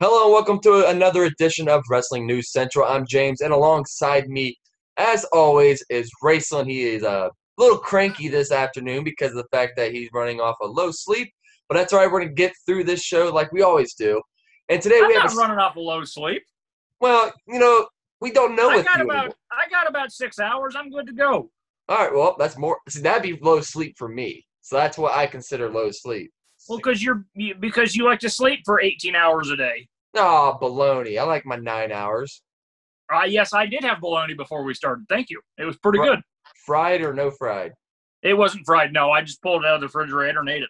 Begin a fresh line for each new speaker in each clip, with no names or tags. Hello and welcome to another edition of Wrestling News Central. I'm James, and alongside me, as always, is Raceland. He is a little cranky this afternoon because of the fact that he's running off a low sleep, but that's all right. We're gonna get through this show like we always do. And today
I'm
we have
not
a,
running off a low sleep.
well, you know, we don't know
I
with
got
you.
about
anymore.
I got about six hours. I'm good to go.
All right, well, that's more. See, that'd be low sleep for me. So that's what I consider low sleep.
Well, because you're you, because you like to sleep for 18 hours a day.
Oh, baloney. I like my nine hours.
Uh, yes, I did have bologna before we started. Thank you. It was pretty
Right.
good.
Fried or no fried?
It wasn't fried. No, I just pulled it out of the refrigerator and ate it.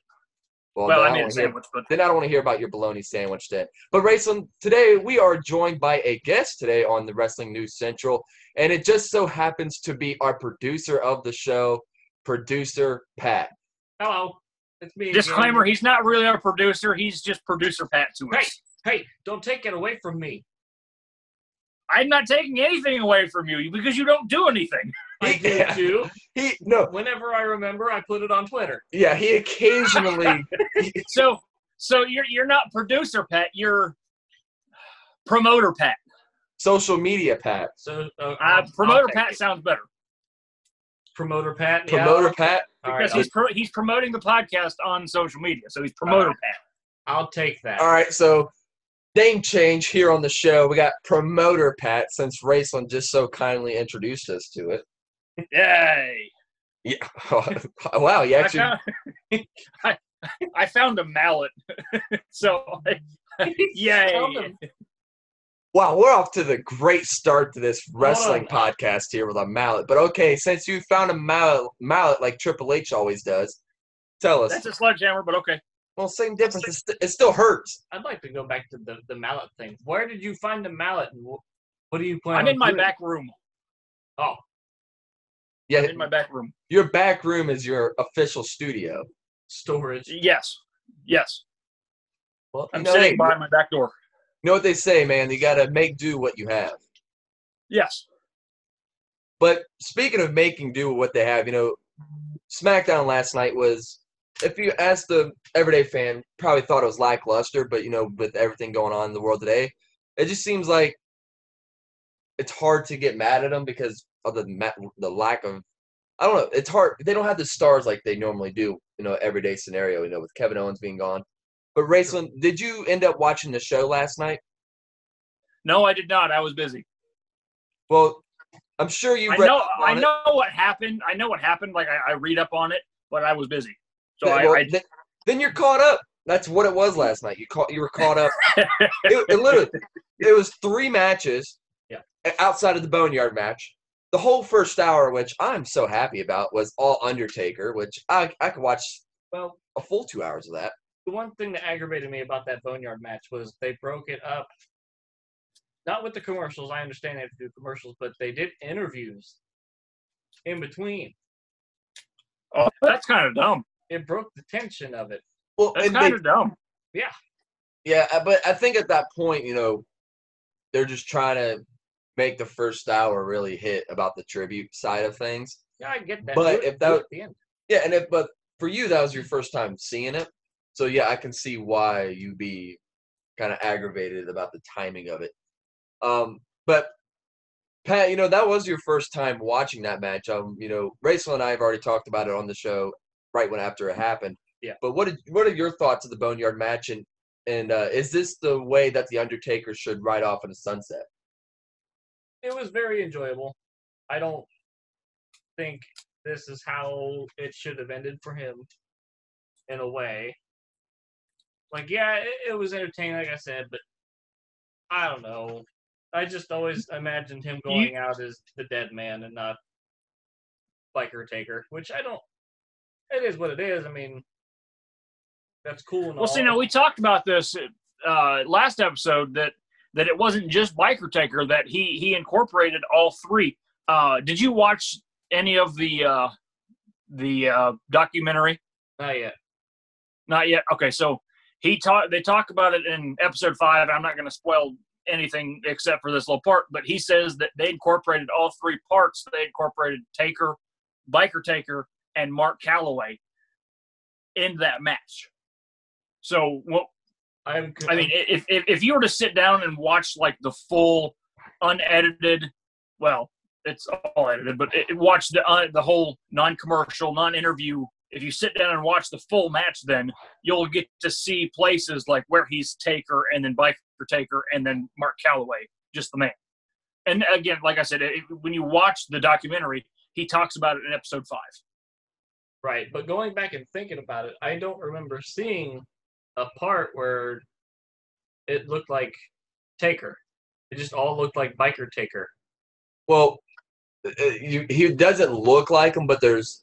Well,
then
I made
wanna
a
hear-
sandwich, but
Then I don't want to hear about your bologna sandwich then. But Raceland, today we are joined by a guest today on the Wrestling News Central, and it just so happens to be our producer of the show, producer Pat.
Hello, it's me. again.
disclaimer: he's not really our producer. He's just producer Pat to us.
Hey, hey, don't take it away from me.
I'm not taking anything away from you because you don't do anything.
I do
Yeah.
too.
He no,
Whenever I remember, I put it on Twitter.
yeah, he occasionally
So so you're you're not producer Pat. You're promoter Pat.
social media Pat.
So uh,
Uh,
I'll- I'll
promoter
take
Pat
it.
sounds better.
Promoter Pat. yeah,
Promoter
I'll-
Pat.
All
because
right,
he's pro- he's promoting the podcast on social media, so he's promoter Pat.
Uh-huh.
I'll, I'll take that.
All right, so name change here on the show. We got promoter Pat since Raceland just so kindly introduced us to it.
Yay!
Yeah. wow, you actually
I, found, I, I found a mallet, so I- yay!
Seldom.
Wow, we're off to the great start to this wrestling
on.
podcast here with a mallet. But okay, since you found a mallet, mallet like Triple H always does, tell us.
That's a sledgehammer, but okay.
well, same difference. It, st- it still hurts.
I'd like to go back to the, the mallet thing. Where did you find the mallet? And wh- what do you plan?
I'm
on
in my
doing?
back room.
Oh,
Yeah,
I'm in my back room.
your back room is your official studio.
storage.
Yes, yes.
Well, you
I'm
know,
sitting
they,
by my back door.
you know what they say, man. You gotta make do what you have.
Yes.
But speaking of making do with what they have, you know, SmackDown last night was, if you ask the everyday fan, probably thought it was lackluster. But you know, with everything going on in the world today, it just seems like it's hard to get mad at them because of the ma- the lack of. I don't know. It's hard. They don't have the stars like they normally do. You know, everyday scenario. You know, with Kevin Owens being gone. But Raceland, did you end up watching the show last night?
No, I did not. I was busy.
Well, I'm sure you.
I
read
know.
up
I
on it.
know what happened. I know what happened. Like I, I read up on it, but I was busy. So
Th-
I,
well,
I
th- then you're caught up. That's what it was last night. You caught. You were caught up. it, it literally. It was three matches.
Yeah.
o- Outside of the boneyard match, the whole first hour, which I'm so happy about, was all Undertaker, which I I could watch
Well,
a full two hours of that.
the one thing that aggravated me about that boneyard match was they broke it up not with the commercials i understand they have to do commercials but they did interviews in between
oh, that's kind of dumb.
it broke the tension of it
Well,
That's
and they-
kind of dumb.
yeah, I- but I think at that point, you know, they're just trying to make the first hour really hit about the tribute side of things.
yeah i get that
But
Do it-
if that-
do it at the end.
Yeah, and if but for you that was your first time seeing it, so yeah, I can see why you be kind of aggravated about the timing of it. Um, but Pat, you know that was your first time watching that match. Um, you know, Rachel and I have already talked about it on the show right when after it happened.
Yeah.
But what did, what are your thoughts of the Boneyard match and and uh, is this the way that the Undertaker should ride off in a sunset?
it was very enjoyable i don't think this is how it should have ended for him in a way like yeah it, it was entertaining like i said but i don't know i just always imagined him going out as the dead man and not biker taker which i don't it is what it is i mean that's cool and
Well,
all.
see, now we talked about this uh, last episode that that it wasn't just Biker Taker that he he incorporated all three. Uh, did you watch any of the uh, the uh, documentary?
not yet
Not yet. Okay, so he taught they talk about it in episode five. I'm not going to spoil anything except for this little part, but he says that they incorporated all three parts. They incorporated Taker, Biker Taker, and Mark Calloway in that match. So what
I'm. con-
I mean, i- if, if if you were to sit down and watch like the full, unedited, well, it's all edited, but it, it- watch the uh, the whole non-commercial, non-interview. If you sit down and watch the full match, then you'll get to see places like where he's Taker, and then Biker Taker, and then Mark Calloway, just the man. And again, like I said, it, it- when you watch the documentary, he talks about it in episode five.
Right, but going back and thinking about it, I don't remember seeing a part where it looked like Taker. It just all looked like Biker Taker.
Well, uh, you, he doesn't look like him, but there's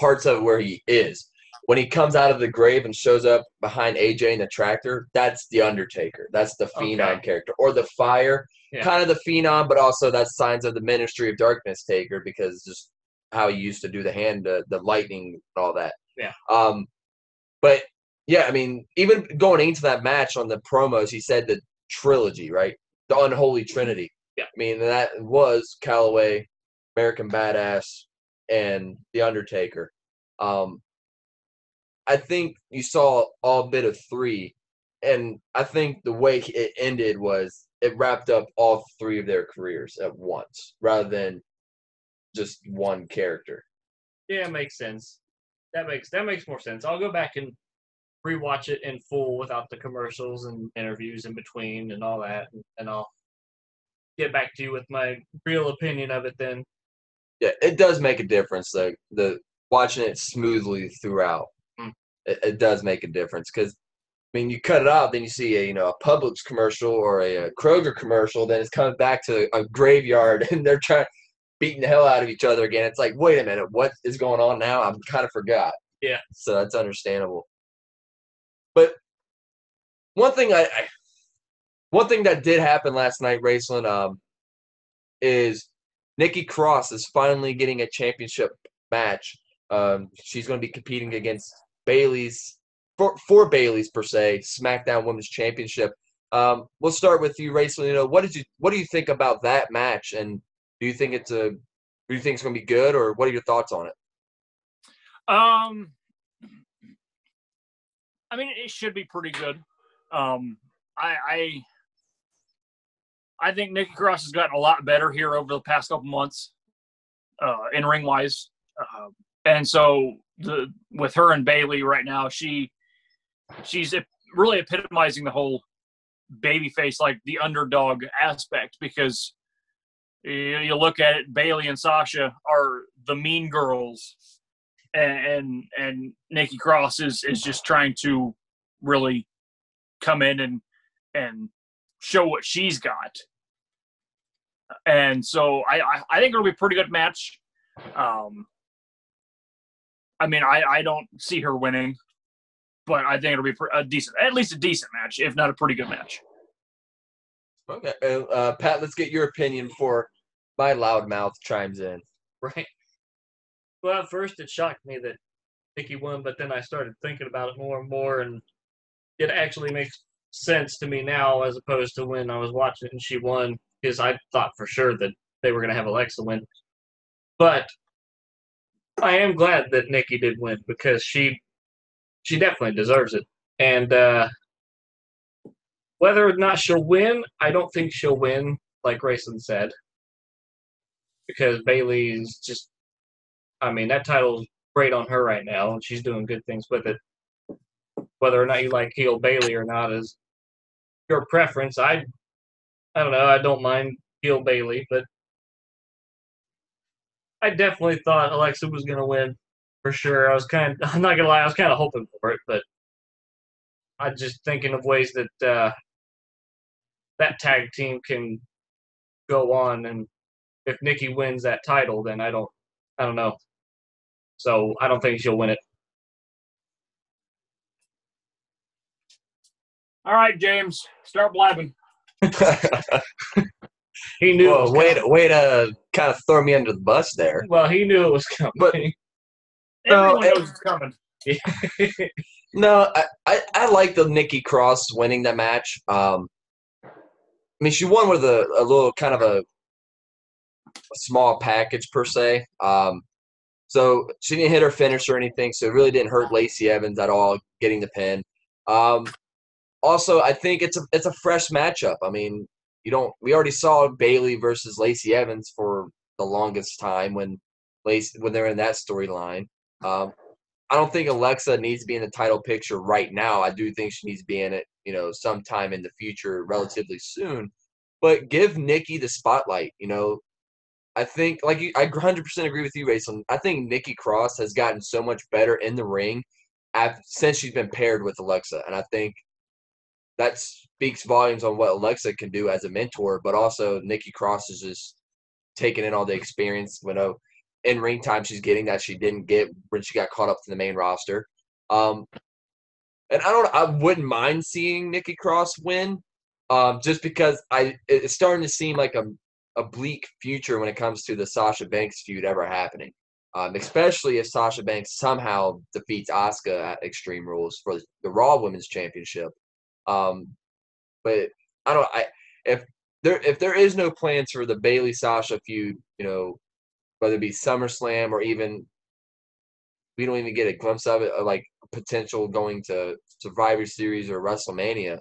parts of it where he is. When he comes out of the grave and shows up behind AJ in the tractor, that's the Undertaker. That's the Phenom
Okay.
character. Or the Fire,
Yeah.
kind of the Phenom, but also that's signs of the Ministry of Darkness Taker because just how he used to do the hand, uh, the lightning, and all that.
Yeah.
Um, but yeah, I mean, even going into that match on the promos, he said the trilogy, right? The unholy trinity.
Yeah.
I mean, that was Callaway, American Badass, and The Undertaker. Um, I think you saw all bit of three, and I think the way it ended was it wrapped up all three of their careers at once rather than just one character.
Yeah, it makes sense. That makes that makes more sense. I'll go back and rewatch it in full without the commercials and interviews in between and all that, and, and I'll get back to you with my real opinion of it then.
Yeah, it does make a difference though. The watching it smoothly throughout,
Mm.
it, it does make a difference because I mean, you cut it off, then you see a you know a Publix commercial or a, uh Kroger commercial, then it's coming back to a graveyard and they're trying beating the hell out of each other again. It's like, wait a minute, what is going on now? I'm kind of forgot.
Yeah.
so that's understandable. But one thing I, I one thing that did happen last night, Raceland, um, is Nikki Cross is finally getting a championship match. Um, she's going to be competing against Bailey's for, for Bailey's per se SmackDown Women's Championship. Um, we'll start with you, Rachel. You know, what did you what do you think about that match? And do you think it's a do you think it's going to be good, or what are your thoughts on it?
Um, I mean, it should be pretty good. Um, I, I, I think Nikki Cross has gotten a lot better here over the past couple months, uh, in ring wise. Uh, and so the with her and Bailey right now, she, she's ep- really epitomizing the whole babyface, like the underdog aspect, because you, you look at it, Bailey and Sasha are the mean girls and and, and Nikki Cross is is just trying to really come in and and show what she's got. And so I I, I think it'll be a pretty good match. Um, I mean I I don't see her winning, but I think it'll be pre- a decent at least a decent match, if not a pretty good match.
Okay, uh, uh, Pat, let's get your opinion before my loud mouth chimes in.
Right. Well, at first it shocked me that Nikki won, but then I started thinking about it more and more, and it actually makes sense to me now as opposed to when I was watching it and she won, because I thought for sure that they were going to have Alexa win. But I am glad that Nikki did win because she she definitely deserves it. And uh, whether or not she'll win, I don't think she'll win, like Grayson said because Bailey's just I mean that title's great on her right now and she's doing good things with it. Whether or not you like heel Bailey or not is your preference. I I don't know, I don't mind heel Bailey, but I definitely thought Alexa was gonna win for sure. I was kind I'm not gonna lie, I was kinda hoping for it, but I just thinking of ways that uh that tag team can go on and if Nikki wins that title, then I don't, I don't know. So I don't think she'll win it.
All right, James, start blabbing.
He knew. it
Whoa,
was
way, to, way to kind of throw me under the bus there.
coming. Well, he knew it was coming.
But- No,
Everyone
it-
knows it's coming.
No, I, I, I like the Nikki Cross winning that match. Um, I mean, she won with a, a little kind of a, a small package per se. Um, so she didn't hit her finish or anything, so it really didn't hurt Lacey Evans at all getting the pin. Um, Also, I think it's a it's a fresh matchup. I mean, you don't we already saw Bailey versus Lacey Evans for the longest time when Lacey when they're in that storyline. Um, I don't think Alexa needs to be in the title picture right now. I do think she needs to be in it, you know, sometime in the future, relatively soon. But give Nikki the spotlight. You know, I think like you, I 100% agree with you, Rayson. I think Nikki Cross has gotten so much better in the ring af- since she's been paired with Alexa, and I think that speaks volumes on what Alexa can do as a mentor. But also, Nikki Cross is just taking in all the experience. You know, in ring time she's getting that she didn't get when she got caught up to the main roster. Um, and I don't, I wouldn't mind seeing Nikki Cross win, um, just because I it- it's starting to seem like a a bleak future when it comes to the Sasha Banks feud ever happening. Um, especially if Sasha Banks somehow defeats Asuka at Extreme Rules for the Raw Women's Championship. Um, but I don't. I if there if there is no plans for the Bailey Sasha feud, you know, whether it be SummerSlam or even we don't even get a glimpse of it, of like potential going to Survivor Series or WrestleMania,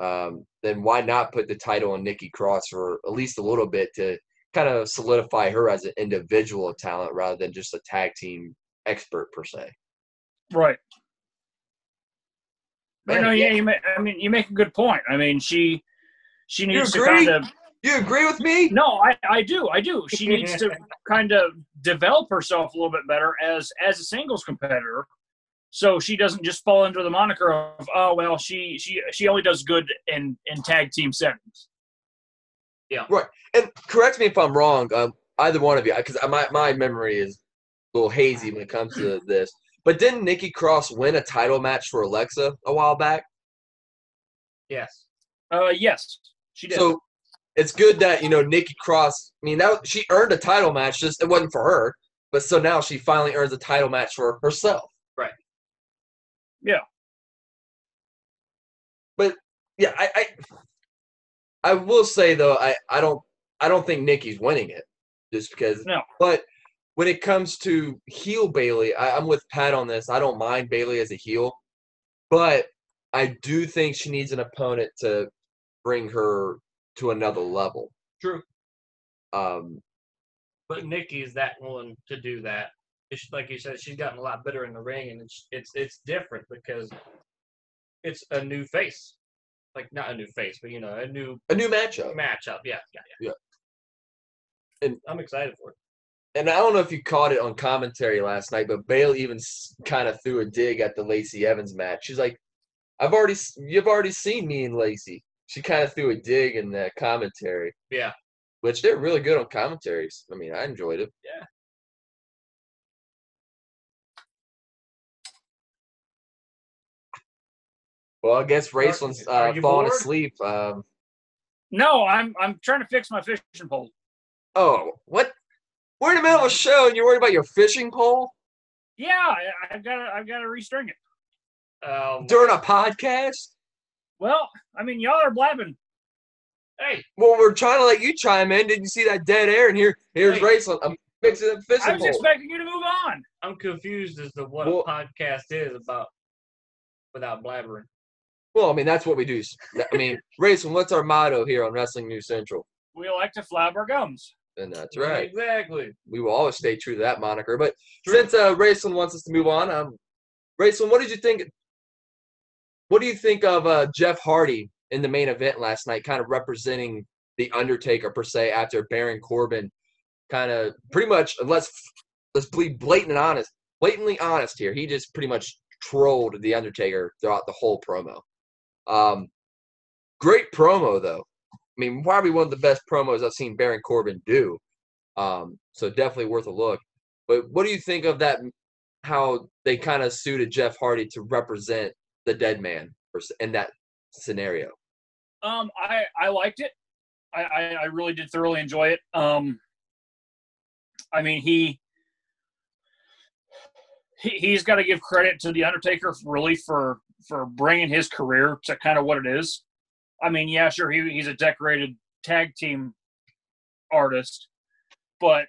um, then why not put the title on Nikki Cross for at least a little bit to kind of solidify her as an individual talent rather than just a tag team expert per se.
Right. But
Man,
no,
yeah.
yeah, you make, I mean, you make a good point. I mean, she she
You
needs to
agree?
kind of
You agree with me?
no, I, I do, I do. She needs to kind of develop herself a little bit better as as a singles competitor, so she doesn't just fall under the moniker of oh well, she she she only does good in in tag team settings.
and correct me if I'm wrong, um, either one of you, because my, my memory is a little hazy when it comes to this. But didn't Nikki Cross win a title match for Alexa a while back?
Yes.
Uh, yes, she did.
So it's good that you know Nikki Cross. I mean, that she earned a title match. Just it wasn't for her, but so now she finally earns a title match for herself.
Right.
Yeah.
But yeah, I I, I will say though, I I don't I don't think Nikki's winning it just because.
No.
But when it comes to heel Bailey, I, I'm with Pat on this. I don't mind Bailey as a heel, but I do think she needs an opponent to bring her to another level.
True.
Um,
But Nikki's that one to do that. It's like you said, she's gotten a lot better in the ring, and it's it's it's different because it's a new face, like not a new face, but you know, a new
a new matchup.
matchup. Yeah, yeah, yeah.
And-
I'm excited for it.
And I don't know if you caught it on commentary last night, but Bale even kind of threw a dig at the Lacey Evans match. She's like, "I've already, s- you've already seen me and Lacey." She kind of threw a dig in the commentary.
Yeah.
Which they're really good on commentaries. I mean, I enjoyed it. Well, I guess Raceland's
are
uh,
you
falling
bored?
asleep. Um,
no, I'm I'm trying to fix my fishing pole.
oh, what? We're in the middle of a show, and you're worried about your fishing pole
Yeah, I, I've got to I've got to restring it.
Um,
during a podcast?
Well, I mean, y'all are blabbing.
hey,
Well, we're trying to let you chime in. Didn't you see that dead air? And here, here's
Hey.
Raceland. I'm fixing the
I
fishing
was
pole.
expecting you to move on.
I'm confused as to what
Well-
a podcast is about without blabbering.
Well, I mean, that's what we do. I mean, Rayson, what's our motto here on Wrestling News Central?
We like to flab our gums.
And that's right.
Exactly.
We will always stay true to that moniker. But
True.
since uh, Rayson wants us to move on, um, Rayson, what did you think? What do you think of uh, Jeff Hardy in the main event last night, kind of representing the Undertaker per se after Baron Corbin, kind of pretty much let's let's be blatant and honest, blatantly honest here. He just pretty much trolled the Undertaker throughout the whole promo. Um, great promo though. I mean, probably one of the best promos I've seen Baron Corbin do. Um, so definitely worth a look. But what do you think of that? How they kind of suited Jeff Hardy to represent the dead man or s- in that scenario?
Um, I I liked it. I I, I really did thoroughly enjoy it. Um, I mean he. he- He's got to give credit to the Undertaker, really, for for bringing his career to kind of what it is. I mean, yeah, sure, he, he's a decorated tag team artist, but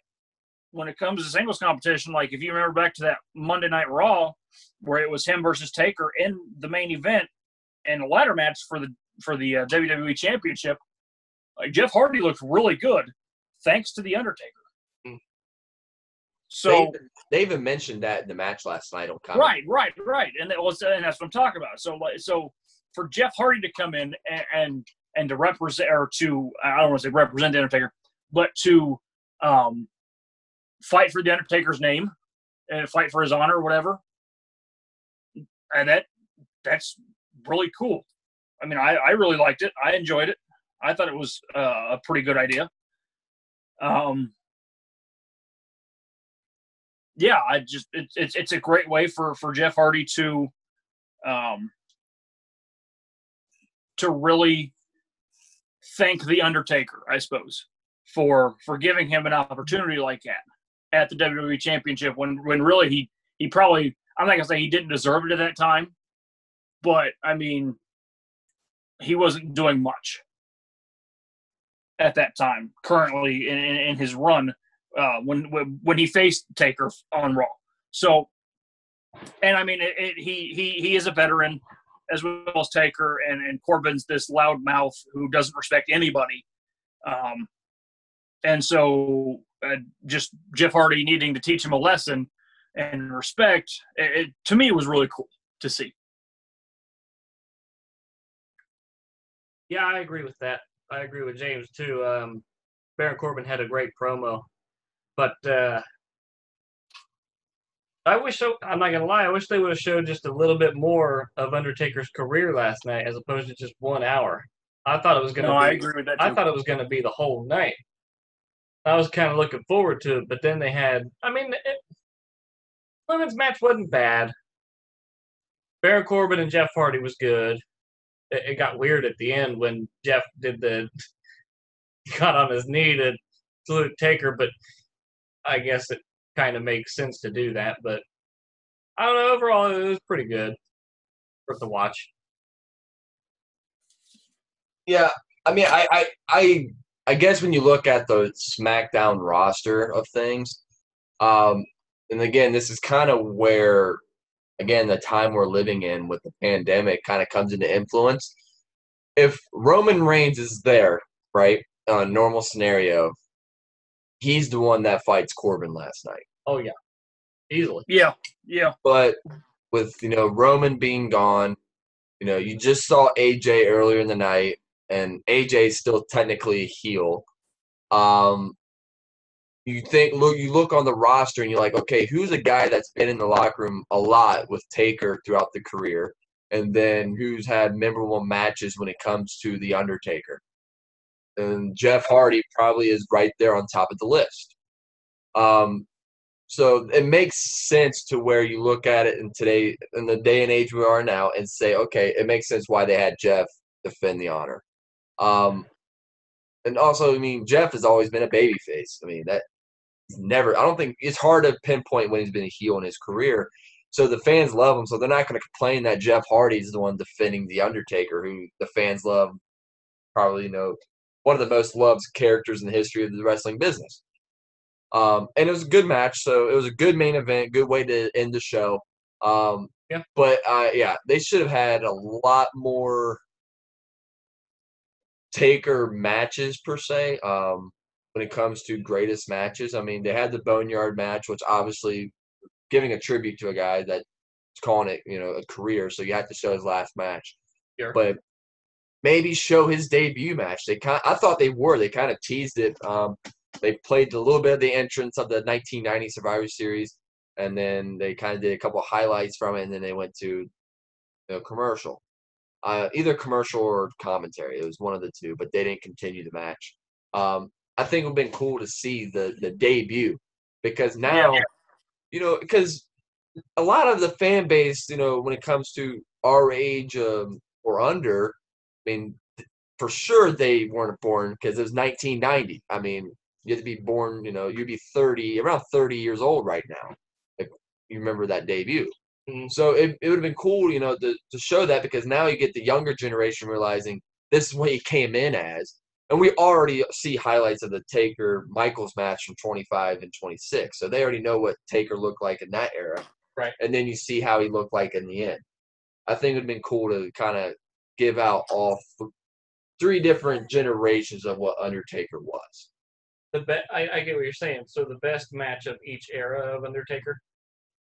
when it comes to singles competition, like if you remember back to that Monday Night Raw, where it was him versus Taker in the main event, in a ladder match for the for the uh, WWE Championship, like Jeff Hardy looked really good, thanks to the Undertaker.
Mm.
So
they, they even mentioned that in the match last night on commentary.
right, right, right, and that was and that's what I'm talking about. So like so for Jeff Hardy to come in and and, and to represent or to I don't want to say represent the Undertaker, but to um, fight for the Undertaker's name and fight for his honor, or whatever. And that that's really cool. I mean, I, I really liked it. I enjoyed it. I thought it was uh, a pretty good idea. Um, yeah, I just it's it's it's a great way for for Jeff Hardy to, um, to really thank the Undertaker, I suppose, for for giving him an opportunity like that at the WWE Championship when when really he he probably I'm not gonna say he didn't deserve it at that time, but I mean he wasn't doing much at that time. Currently in in, in his run uh, when when when he faced Taker on Raw, so and I mean it, it, he he he is a veteran as well as Taker and and Corbin's this loudmouth who doesn't respect anybody. Um, and so uh, just Jeff Hardy needing to teach him a lesson and respect. It, it, to me, it was really cool to see.
Yeah, I agree with that. I agree with James too. Um, Baron Corbin had a great promo, but uh, I wish I- I'm not gonna lie. I wish they would have showed just a little bit more of Undertaker's career last night, as opposed to just one hour. I thought it was gonna.
No,
be,
I agree with that. Too.
I thought it was going to be the whole night. I was kind of looking forward to it, but then they had. I mean, it, women's match wasn't bad. Baron Corbin and Jeff Hardy was good. It, it got weird at the end when Jeff did the got on his knee to salute Taker, but I guess it kind of makes sense to do that. But I don't know. Overall, it was pretty good for the watch.
Yeah, I mean, I, I, I, I guess when you look at the SmackDown roster of things, um, and again, this is kind of where, again, the time we're living in with the pandemic kind of comes into influence. If Roman Reigns is there, right, on a normal scenario, he's the one that fights Corbin last night.
Oh yeah, easily.
yeah, yeah,
But with you know Roman being gone, you know you just saw AJ earlier in the night, and AJ is still technically a heel. Um, you think look you look on the roster and you're like, okay, who's a guy that's been in the locker room a lot with Taker throughout the career, and then who's had memorable matches when it comes to the Undertaker, and Jeff Hardy probably is right there on top of the list. Um, so it makes sense to where you look at it in today, in the day and age we are now, and say, okay, it makes sense why they had Jeff defend the honor. Um, and also, I mean, Jeff has always been a babyface. I mean, that he's never. I don't think it's hard to pinpoint when he's been a heel in his career. So the fans love him, so they're not going to complain that Jeff Hardy is the one defending the Undertaker, who the fans love. Probably, you know, one of the most loved characters in the history of the wrestling business. Um, and it was a good match, so it was a good main event, good way to end the show. Um,
Yeah.
But uh, yeah, they should have had a lot more taker matches per se. Um, when it comes to greatest matches, I mean, they had the Boneyard match, which obviously giving a tribute to a guy that's calling it, you know, a career, so you have to show his last match.
Sure.
But maybe show his debut match. They kind, I thought they were. They kind of teased it. Um, they played a little bit of the entrance of the 1990 Survivor Series, and then they kind of did a couple of highlights from it, and then they went to you know, commercial, uh, either commercial or commentary. It was one of the two, but they didn't continue the match. Um, I think it would have been cool to see the the debut because now, you know, because a lot of the fan base, you know, when it comes to our age um, or under, I mean. For sure, they weren't born because it was 1990. I mean, you have to be born, you know, you'd be 30, around 30 years old right now. If you remember that debut.
Mhm.
So it, it would have been cool, you know, to, to show that because now you get the younger generation realizing this is what he came in as. And we already see highlights of the Taker Michaels match from 25 and 26. So they already know what Taker looked like in that era.
Right.
And then you see how he looked like in the end. I think it would have been cool to kind of give out all th- three different generations of what Undertaker was.
The be- I, I get what you're saying. So the best match of each era of Undertaker,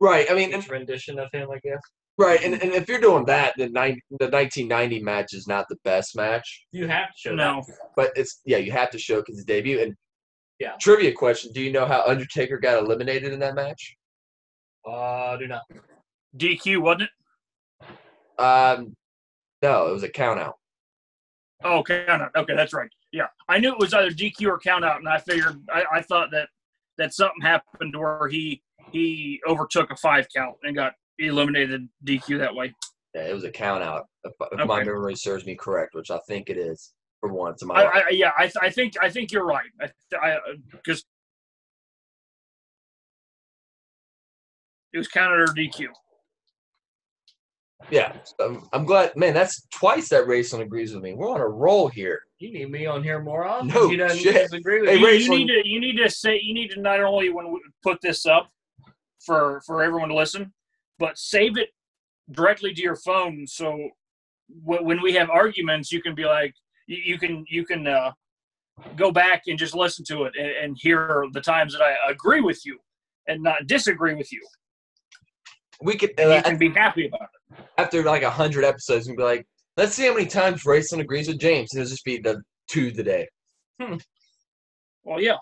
Right. I mean, and-
each rendition of him, I guess.
right.
Mm-hmm.
And, and if you're doing that, then nine, the 1990 match is not the best match.
You have to show
No.
that.
But it's yeah, you have to show because it's debut. And
Yeah.
trivia question: Do you know how Undertaker got eliminated in that match?
Uh, do not.
DQ, wasn't it?
Um, no, it was a count out.
Oh, count out. Okay, that's right. Yeah, I knew it was either DQ or count out, and I figured I, I thought that that something happened to where he he overtook a five count and got eliminated DQ that way.
Yeah, it was a count out. If, if my
Okay.
memory serves me correct, which I think it is for once in my
I,
life.
I I- yeah, I, th- I think I think you're right. I th- I uh, because it was counted or DQ.
yeah, so I'm glad, man. That's twice that Rayson agrees with me. We're on a roll here.
You need me on here more often.
No
he doesn't
shit.
disagree with
Hey,
me.
you,
Ray-
you
Rachel-
need to you need to say you need to not only when we put this up for for everyone to listen, but save it directly to your phone so wh- when we have arguments, you can be like you, you can you can uh, go back and just listen to it and, and hear the times that I agree with you and not disagree with you.
We could
And you can be happy about it.
after like a hundred episodes, we'd be like, let's see how many times Rayson agrees with James, and it'll just be the two today.
Well, yeah,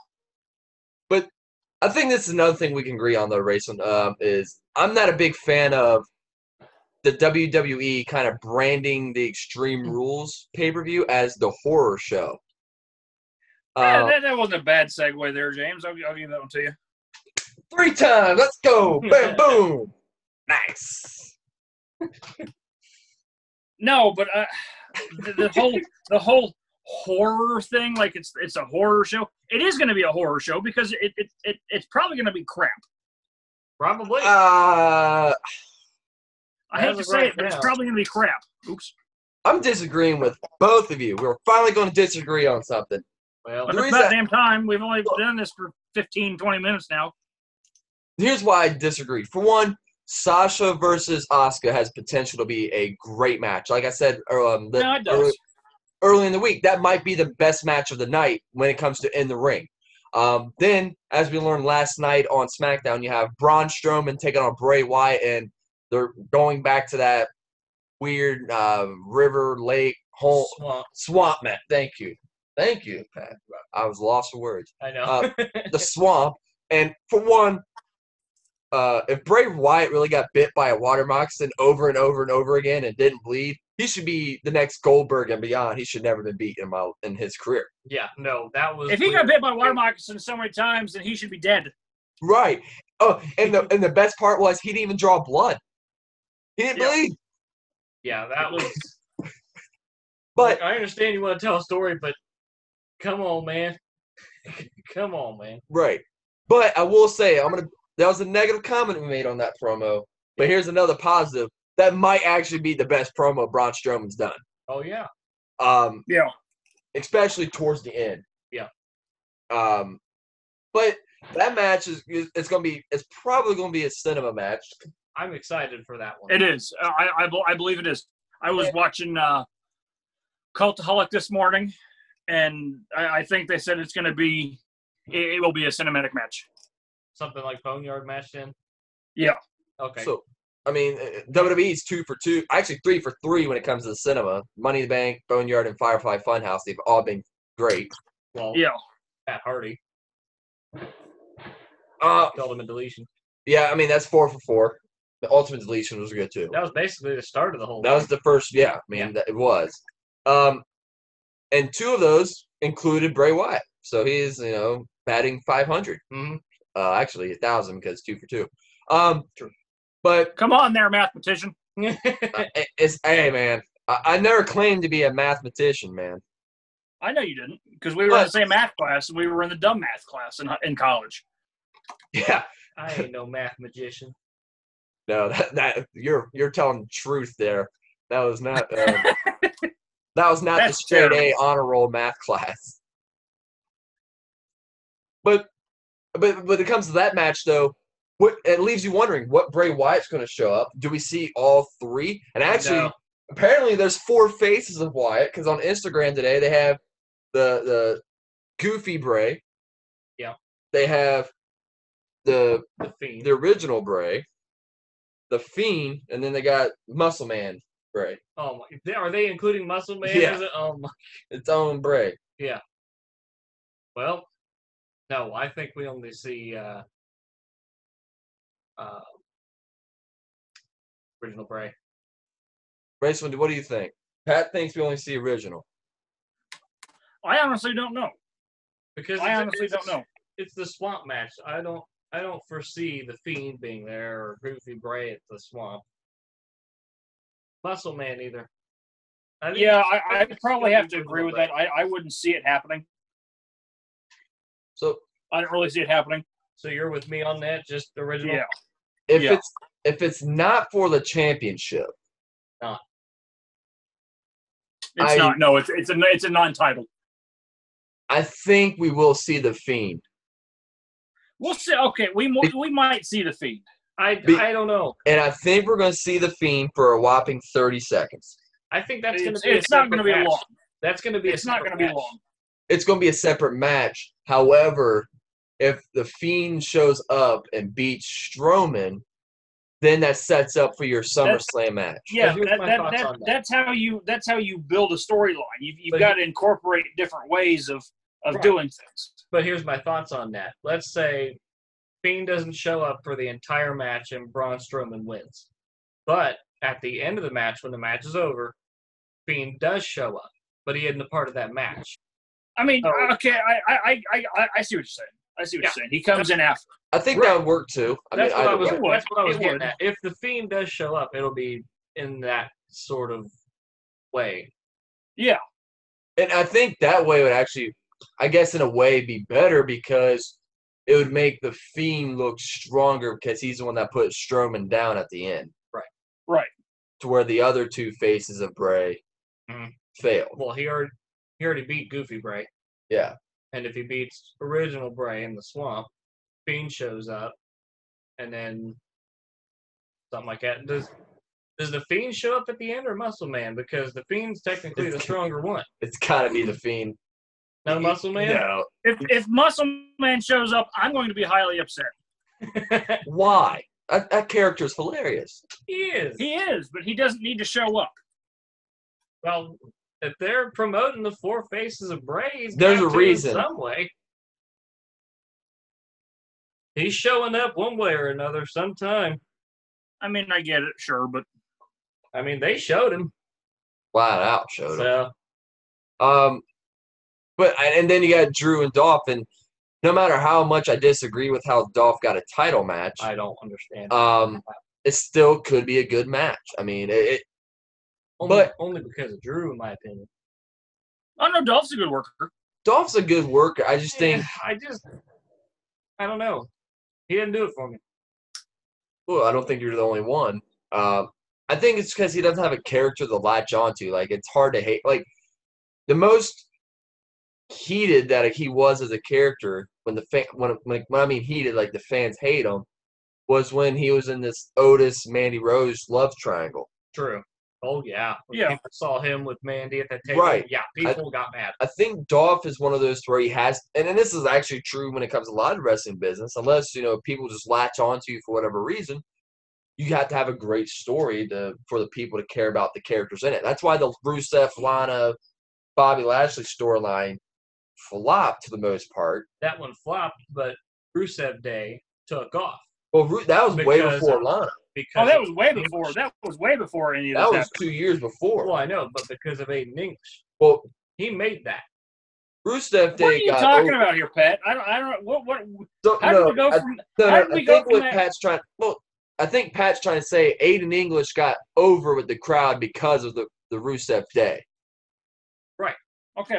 I think this is another thing we can agree on though, Rayson. Um, is I'm not a big fan of the WWE kind of branding the Extreme Rules pay per view as the horror show.
Yeah,
Uh,
that, that wasn't a bad segue there, James. I'll, I'll give that one to you.
three times. Let's go. Bam, boom. Nice.
No, but uh, the, the whole the whole horror thing, like it's it's a horror show. It is going to be a horror show because it it, it it's probably going to be crap.
Probably.
Uh,
I hate
As
to
of
say
right
it, but it's
now.
probably going to be crap. Oops.
I'm disagreeing with both of you. We're finally going to disagree on something.
well,
But
there
it's
is
about
a-
damn time. We've only done this for 15, 20 minutes now.
here's why I disagree. For one, Sasha versus Asuka has potential to be a great match. Like I said ear- um, the-
No, it
early,
does.
early in the week, that might be the best match of the night when it comes to in the ring. Um, then, as we learned last night on SmackDown, you have Braun Strowman taking on Bray Wyatt, and they're going back to that weird uh, river lake hole
swamp.
swamp match. Thank you, thank you, Pat. I was lost for words
I know.
Uh, the swamp. And for one, uh, if Bray Wyatt really got bit by a water moccasin over and over and over again and didn't bleed, he should be the next Goldberg and beyond. He should never been beat in my in his career.
yeah. No, that was.
If he got
weird.
bit by water moccasin so many times, then he should be dead.
Right. Oh, and the and the best part was he didn't even draw blood. He didn't
Yeah.
bleed.
Yeah, that was.
But
I understand you want to tell a story, but come on, man. come on, man.
right. But I will say I'm gonna that was a negative comment we made on that promo. But here's another positive. That might actually be the best promo Braun Strowman's done.
Oh yeah.
Um,
Yeah.
especially towards the end.
Yeah.
Um, but that match is is- it's gonna be it's probably gonna be a cinema match.
I'm excited for that one.
It is. Uh, I, I, bel- I believe it is. I was watching uh, Cultaholic this morning, and I, I think they said it's going to be, it, it will be a cinematic match.
Something like Boneyard match then?
Yeah.
Okay.
So I mean uh, WWE's two for two, actually three for three when it comes to the cinema. Money in the Bank, Boneyard, and Firefly Funhouse. They've all been great.
well,
Yeah.
Pat Hardy
Uh,
killed him in deletion.
yeah, I mean that's four for four. The Ultimate Deletion was good too.
That was basically the start of the whole.
That was the first. Yeah, I mean
Yeah.
That, it was. Um, and two of those included Bray Wyatt, so he's you know batting 500.
Mhm.
uh, actually a thousand because two for two. Um,
True.
But
Come on there, mathematician.
uh, it- it's hey man, I, I never claimed to be a mathematician, man.
I know you didn't because we were in the same math class and we were in the dumb math class in, in college.
Yeah,
I ain't no math magician.
no, that, that you're you're telling the truth there. That was not uh, that was not
That's
the straight
terrible.
A honor roll math class. But but but it comes to that match though. What it leaves you wondering what Bray Wyatt's going to show up. Do we see all three? And actually,
No.
apparently there's four faces of Wyatt because on Instagram today they have the the Goofy Bray.
Yeah.
They have the
The Fiend.
the original Bray, the Fiend, and then they got Muscle Man Bray,
Oh my! they- Are they including Muscle Man?
Yeah.
Is it- Oh my!
its own Bray.
Well, no. I think we only see uh, uh, original Bray.
Raceland, what do you think? Pat thinks we only see original.
I honestly don't know.
Because
I
it's-
honestly
it's-
don't know.
It's the swamp match. I don't. I don't foresee the fiend being there or Goofy Bray at the swamp. Muscle Man either. I think
Yeah,
it's-
I, I
think it's
probably
gonna
have
be
to agree with
Original
that. I, I wouldn't see it happening.
So
I don't really see it happening.
Bray. So you're with me on that? Just the original.
Yeah.
if
Yeah.
it's if it's not for the championship,
It's
I-
not. No, it's it's a it's a non-title.
I think we will see the Fiend.
We'll see. Okay, we mo- we might see the feed.
I,
Be-
I don't know.
And I think we're going to see the Fiend for a whopping 30 seconds.
I think that's going to
It's,
be. a
it's not going to
separate
be
match.
long.
That's going to be. a
It's not
separate
going to be
match.
long.
It's going to be a separate match. However, if the Fiend shows up and beats Strowman, then that sets up for your SummerSlam match.
Yeah,
here's
that,
my
that,
thoughts
that,
on that.
that's how you that's how you build a storyline. You've, you've
But
got to incorporate different ways of of
Right.
doing things.
But here's my thoughts on that. Let's say Fiend doesn't show up for the entire match and Braun Strowman wins. But at the end of the match, when the match is over, Fiend does show up, but he isn't a part of that match.
I mean,
Oh.
okay, I I, I- I I I see what you're saying. I see what
Yeah.
you're saying. He comes in after.
I think that would work too. I
That's,
mean,
what I
either
was,
way.
It would.
that's what I was
It
getting
would.
at. If the Fiend does show up, it'll be in that sort of way.
Yeah,
And I think that way would actually, I guess, in a way, be better because it would make the Fiend look stronger because he's the one that put Strowman down at the end.
Right.
Right.
To where the other two faces of Bray
Mhm.
failed.
Well, he already, he already beat Goofy Bray.
Yeah.
And if he beats original Bray in the swamp, Fiend shows up, and then something like that. Does does the Fiend show up at the end or Muscle Man? Because the Fiend's technically the stronger one.
It's gotta be the Fiend.
No Muscle Man.
No.
if if Muscle Man shows up, I'm going to be highly upset.
Why? That, that character's hilarious.
he is.
He is, but he doesn't need to show up.
Well, if they're promoting the four faces of Bray, he's
There's
got
a
to in
reason.
some way. He's showing up one way or another sometime.
I mean, I get it, sure, but
I mean, they showed him.
Flat out showed up.
So
Um, but and then you got Drew and Dolph, and no matter how much I disagree with how Dolph got a title match,
I don't understand.
um, it still could be a good match. I mean, it, it
only,
but-
only because of Drew, in my opinion.
I know Dolph's a good worker.
Dolph's a good worker. I just think,
Yeah, I just, I don't know. He didn't do it for me.
well, I don't think you're the only one. Um, I think it's because he doesn't have a character to latch onto. Like it's hard to hate. Like the most heated that he was as a character when the fan when when, when I mean heated, like the fans hate him, was when he was in this Otis Mandy Rose love triangle.
True. Oh yeah. When
Yeah.
People saw him with Mandy at that table.
Right.
Yeah. People got mad.
I think Dolph is one of those where he has, and, and this is actually true when it comes to a lot of wrestling business, unless, you know, people just latch onto you for whatever reason, you have to have a great story to, for the people to care about the characters in it. That's why the Rusev, Lana, Bobby Lashley storyline flopped to the most part.
That one flopped, but Rusev Day took off
Well, Ru- that was way
Because-
before Lana.
because.
Oh, that
of-
was way before. That was way before any of
That
this
was
happened.
two years
Well,
before.
I know, but because of Aiden English,
Well,
he made that.
Rusev
What are
Day
you
got
talking
over-
about here, Pat? I don't. I don't. What? What?
Don't-
How
no,
did we go
I-
from?
No,
How
no,
did
I
we go
think
from
what
that-
Pat's trying. Well, I think Pat's trying to say Aiden English got over with the crowd because of the the Rusev Day.
Okay.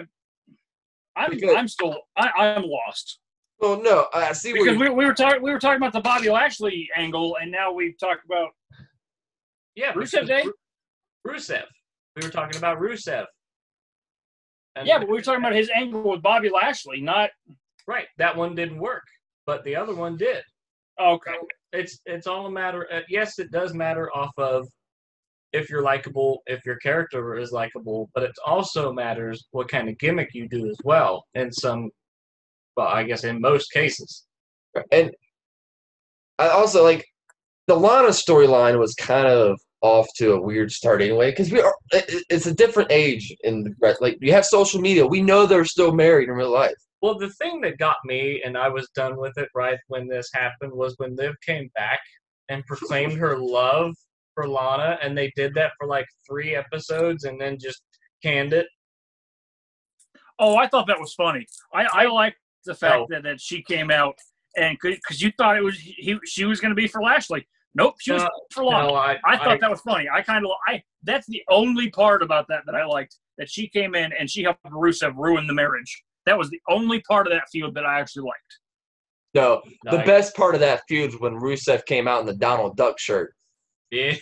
I'm.
Because-
I'm still. I, I'm lost
Well, no, I I see what
because
you
we, we were talking. We were talking about the Bobby Lashley angle, and now we've talked about.
Yeah.
Rusev
because
Day?
Ru- Rusev. We were talking about Rusev. And
Yeah, but we were talking about his angle with Bobby Lashley, not.
right. That one didn't work, but the other one did.
Okay.
it's it's all a matter uh yes it does matter off of if you're likable, if your character is likable, but it also matters what kind of gimmick you do as well. In some, well, I guess in most cases.
And I also like the Lana storyline was kind of off to a weird start anyway because we are it- it's a different age in the rest- like you have social media we know they're still married in real life
Well, the thing that got me, and I was done with it right when this happened, was when Liv came back and proclaimed her love for Lana, and they did that for like three episodes, and then just canned it.
Oh, I thought that was funny. I, I liked the fact
Oh.
that, that she came out and because you thought it was he she was going to be for Lashley. Nope, she was
No,
for Lana.
Uh, No, I,
I thought that was funny. I kind of I that's the only part about that that I liked that she came in and she helped Rusev ruin the marriage. That was the only part of that feud that I actually liked.
no the
I-
best part of that feud was when Rusev came out in the Donald Duck shirt
Yeah.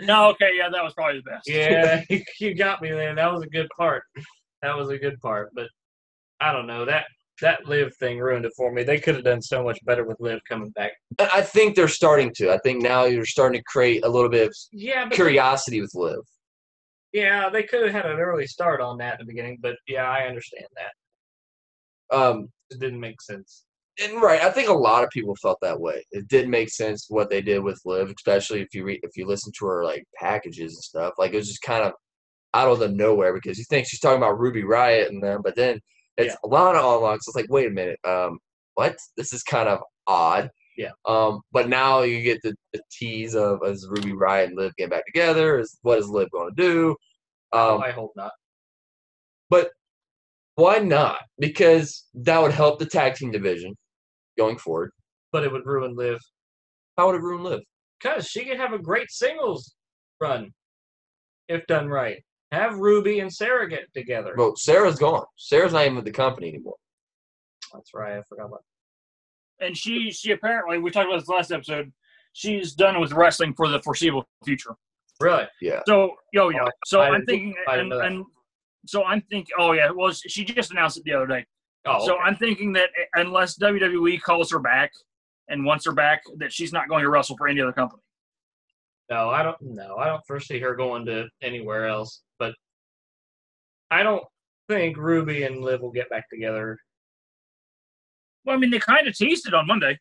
No, okay, yeah, that was probably the best.
yeah, you got me there. That was a good part. That was a good part, but I don't know that that live thing ruined it for me. They could have done so much better with live coming back.
And I think they're starting to I think now you're starting to create a little bit of
Yeah, but
curiosity with Liv
yeah, they could have had an early start on that in the beginning. But yeah, I understand that.
um
It didn't make sense.
and right I think a lot of people felt that way it did make sense what they did with Liv especially if you read if you listen to her like packages and stuff like it was just kind of out of the nowhere because you think she's talking about Ruby Riot and them, but then it's Lana all along. So it's like, wait a minute, um, what? This is kind of odd.
Yeah.
Um, but now you get the, the tease of is Ruby Riot and Liv getting back together? Is what is Liv going to do? Um,
I hope not.
why not? Because that would help the tag team division going forward.
But it would ruin live
How would it ruin Liv?
because she could have a great singles run if done right. Have Ruby and Sarah get together.
Well, Sarah's gone. Sarah's not even with the company anymore.
That's right. I forgot about.
And she she apparently we talked about this last episode. She's done with wrestling for the foreseeable future.
Really?
So yo yeah.
Oh,
So
I
I'm
didn't-
thinking
I didn't
and,
know that.
and so I'm thinking. Oh yeah. Well, she just announced it the other day.
Oh,
So
okay.
I'm thinking that unless WWE calls her back and wants her back, that she's not going to wrestle for any other company.
No, I don't. No, I don't foresee her going to anywhere else. But I don't think Ruby and Liv will get back together.
Well, I mean, they kind of teased it on Monday.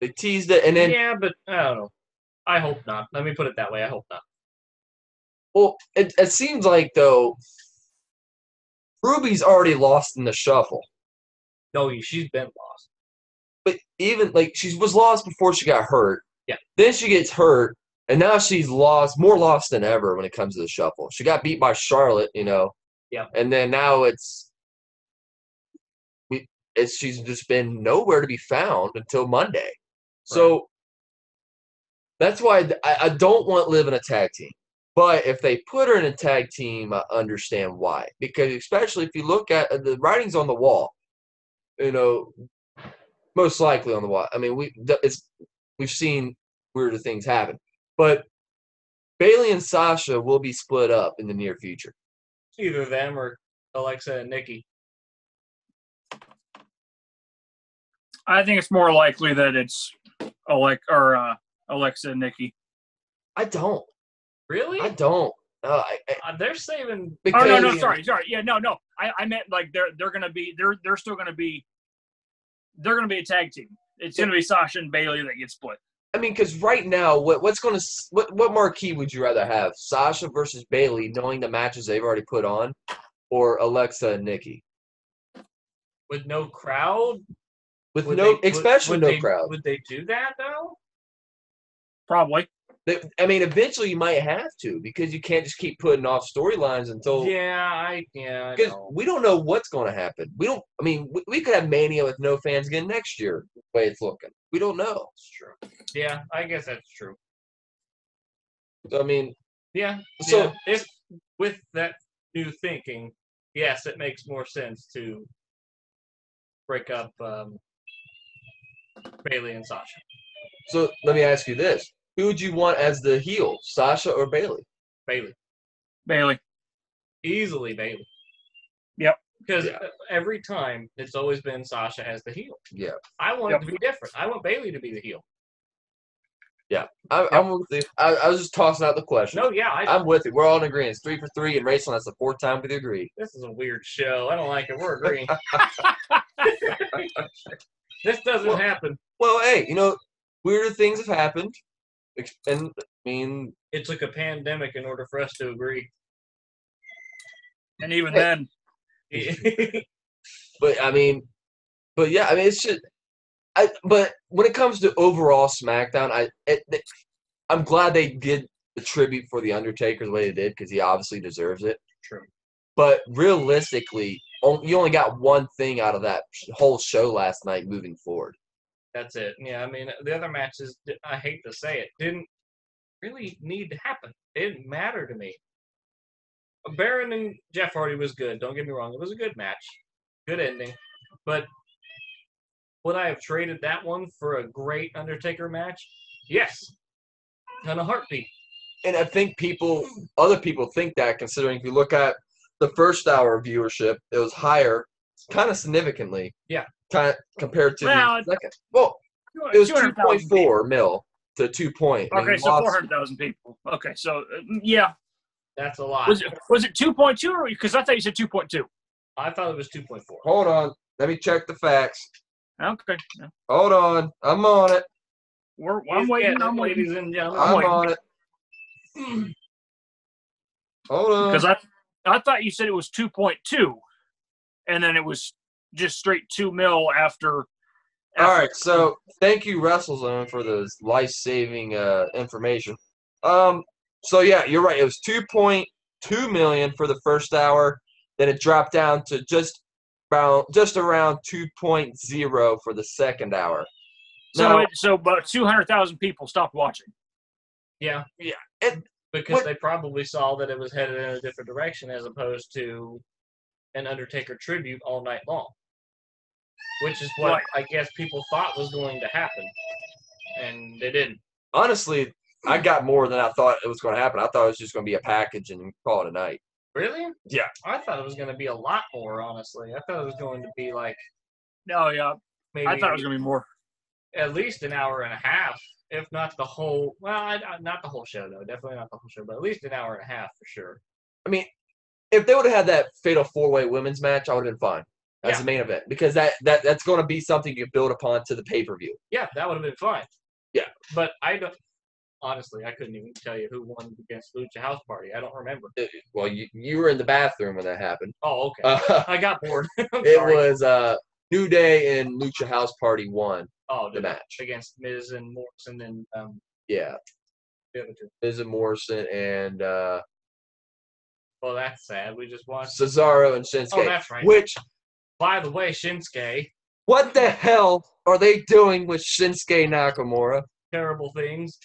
They teased it, and then
yeah, but I don't know. I hope not. Let me put it that way. I hope not.
Well, it, it seems like though Ruby's already lost in the shuffle.
No, you- she's been lost.
But even like she was lost before she got hurt.
Yeah.
Then she gets hurt, and now she's lost, more lost than ever when it comes to the shuffle. She got beat by Charlotte, you know.
Yeah.
And then now it's, we- it's she's just been nowhere to be found until Monday. So that's why I, I- I don't want Liv in a tag team. But if they put her in a tag team, I understand why. Because especially if you look at uh, the writings on the wall, you know, most likely on the wall. I mean, we th- it's we've seen weirder things happen, but Bailey and Sasha will be split up in the near future.
Either them or Alexa and Nikki.
I think it's more likely that it's Alex or uh, Alexa and Nikki.
I don't.
Really?
I don't. Uh, I, I,
Uh, they're saving.
Big
Oh no,
Bailey
no,
and-
sorry, sorry. Yeah, no, no. I, I meant like they're they're gonna be they're they're still gonna be they're gonna be a tag team. It's gonna be Sasha and Bailey that get split.
I mean, because right now, what what's going to what what marquee would you rather have? Sasha versus Bailey, knowing the matches they've already put on, or Alexa and Nikki
with no crowd.
with
Would
no,
they- would-
especially
would
no
they-
crowd.
Would they do that though?
Probably.
They- I mean, eventually you might have to because you can't just keep putting off storylines until
yeah, I yeah. I
because
know.
we don't know what's going to happen. We don't. I mean, we, we could have Mania with no fans again next year. The way it's looking, we don't know.
That's true. Yeah, I guess that's true.
So, I mean,
Yeah.
So-
So if with that new thinking, yes, it makes more sense to break up um, Bailey and Sasha.
so let me ask you this: Who would you want as the heel, Sasha or Bailey?
Bailey
Bailey.
easily Bailey.
Yep.
Because
Yeah.
every time it's always been Sasha as the heel.
Yeah.
I want
Yep.
it to be different. I want Bailey to be the heel.
I, I'm with you. I, I was just tossing out the question.
No, yeah, I,
I'm with you. We're all in agreement. It's three for three, and Rachel, that's the fourth time we agree.
this is a weird show. I don't like it. We're agreeing. this doesn't
Well-
happen.
Well, hey, you know, weirder things have happened, Ex- and I mean,
It took a pandemic in order for us to agree.
and even then,
but I mean, but yeah, I mean, it's just, I. But when it comes to overall SmackDown, I, it, it- I'm glad they did the tribute for the Undertaker the way they did because he obviously deserves it.
True.
But realistically, on- you only got one thing out of that sh- whole show last night. Moving forward,
That's it. Yeah, I mean, the other matches, di- I hate to say it, didn't really need to happen. It didn't matter to me. Baron and Jeff Hardy was good. Don't get me wrong. It was a good match, good ending. But would I have traded that one for a great Undertaker match? Yes. On a heartbeat.
and I think people, other people, think that considering if you look at the first hour viewership, it was higher, kind of significantly.
Yeah.
Kind compared to
Well,
the second. Well, It was two
200,000
point
people.
four mil to two point. and
Okay,
he
so
lost-
400,000 people. Okay, so uh, yeah.
That's a lot.
Was it, was it 2.2 or because I thought you said 2.2?
I thought it was 2.4.
Hold on, let me check the facts.
Okay. yeah.
Hold on, I'm on it.
We're, I'm waiting. I'm waiting.
Ladies and
I'm
gentlemen.
waiting.
on it. Hold on.
Because I, I thought you said it was 2.2 and then it was just straight 2 mil after.
All
after-
right, so thank you, WrestleZone, for those life-saving uh, information. Um, so yeah, you're right. It was 2.2 million for the first hour. Then it dropped down to just about just around 2.0 for the second hour.
So,
now-
it, so about 200,000 people stopped watching.
Yeah.
Yeah, it-
because
what-
they probably saw that it was headed in a different direction as opposed to an Undertaker tribute all night long, which is what
Right.
I guess people thought was going to happen, and they didn't.
honestly, I got more than I thought it was going to happen. I thought it was just going to be a package and call it a night.
Really?
Yeah.
I thought it was going to be a lot more. Honestly, I thought it was going to be like
No, Oh, yeah.
maybe
I thought it was going to be more.
at least an hour and a half, if not the whole. Well, I, I- not the whole show though. Definitely not the whole show, but at least an hour and a half for sure.
If they would have had that fatal four way women's match, I would have been fine as
Yeah.
the main event because that, that that's going to be something you build upon to the pay per view.
Yeah, that would have been fine.
Yeah.
But I don't. Honestly, I couldn't even tell you who won against Lucha House Party. I don't remember.
Well, you, you were in the bathroom when that happened.
Oh, okay.
Uh,
I got bored. I'm
it
sorry.
was uh, New Day and Lucha House Party won
oh,
the
dude,
match.
against Miz and Morrison and um,
Yeah,
the other two.
Miz and Morrison and uh,
Well, that's sad. We just watched.
Cesaro and Shinsuke.
Oh, that's right.
Which
By the way, Shinsuke,
what the hell are they doing with Shinsuke Nakamura?
terrible things.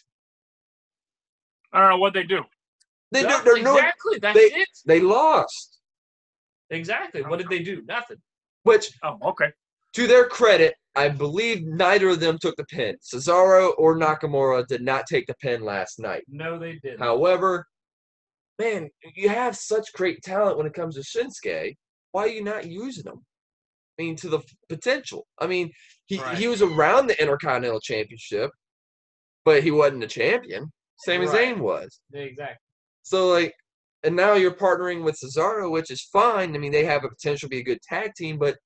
I don't know what they do.
They do,
That's
they're doing,
exactly. That's
they-
it.
they lost.
Exactly. What did they do? Nothing.
Which
Oh, okay.
to their credit, I believe neither of them took the pin. Cesaro or Nakamura did not take the pin last night.
No, they didn't.
However, man, you have such great talent when it comes to Shinsuke. Why are you not using him? I mean, to the potential. I mean, he,
Right.
he was around the Intercontinental Championship, but he wasn't a champion. Same as
Right.
Zayn was.
Exactly.
So like, and now you're partnering with Cesaro, which is fine. I mean, they have a potential to be a good tag team, but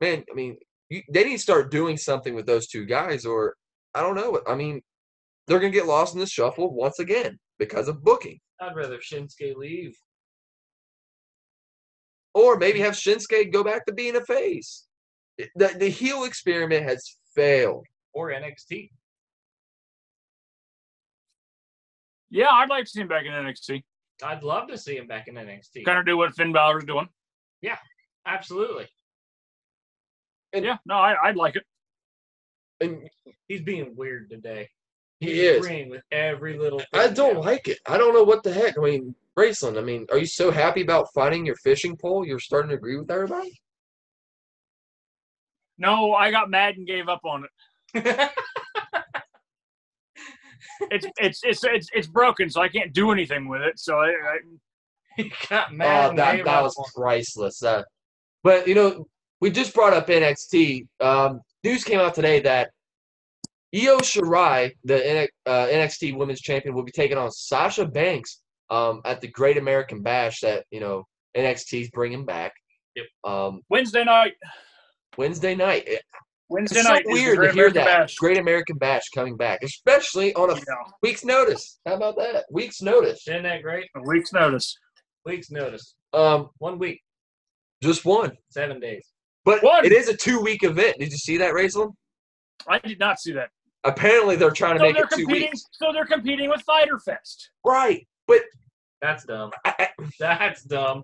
man, I mean, you, they need to start doing something with those two guys, or I don't know. I mean, they're gonna get lost in the shuffle once again because of booking,
I'd rather Shinsuke leave.
or maybe have Shinsuke go back to being a face. The the heel experiment has failed.
Or NXT.
Yeah, I'd like to see him back in NXT.
I'd love to see him back in NXT.
Kind of do what Finn Balor's doing.
Absolutely.
Yeah, no, I, I'd like it.
And
He's being weird today.
He
He's
is.
agreeing with every little.
I
thing
don't
now.
like it. I don't know what the heck. I mean, Graceland. I mean, are you so happy about finding your fishing pole? You're starting to agree with everybody.
No, I got mad and gave up on it. It's it's it's it's, it's broken, so I can't do anything with it. So I, I,
he got mad.
Oh,
and
that,
gave
that
up
was
on-
priceless. Uh, but you know, we just brought up NXT. Um, news came out today that Io Shirai, the N- uh, NXT Women's Champion, will be taking on Sasha Banks um, at the Great American Bash that you know NXT's bringing back.
Yep.
Um,
Wednesday night.
Wednesday night.
Wednesday
It's so
night. is the
weird to
Great
hear
American
that
Bash.
Great American Bash coming back, especially on a
You know,
week's notice. How about that? Week's notice.
Isn't that great?
a week's notice.
Week's notice.
Um,
One week,
just one,
seven days.
but
One.
it is a two-week event. Did you see that, Raisel?
I did not see that.
Apparently, they're trying to
So
make
they're
it two
competing.
weeks.
So they're competing with Fighter Fest.
Right, but
That's dumb.
I-
That's dumb.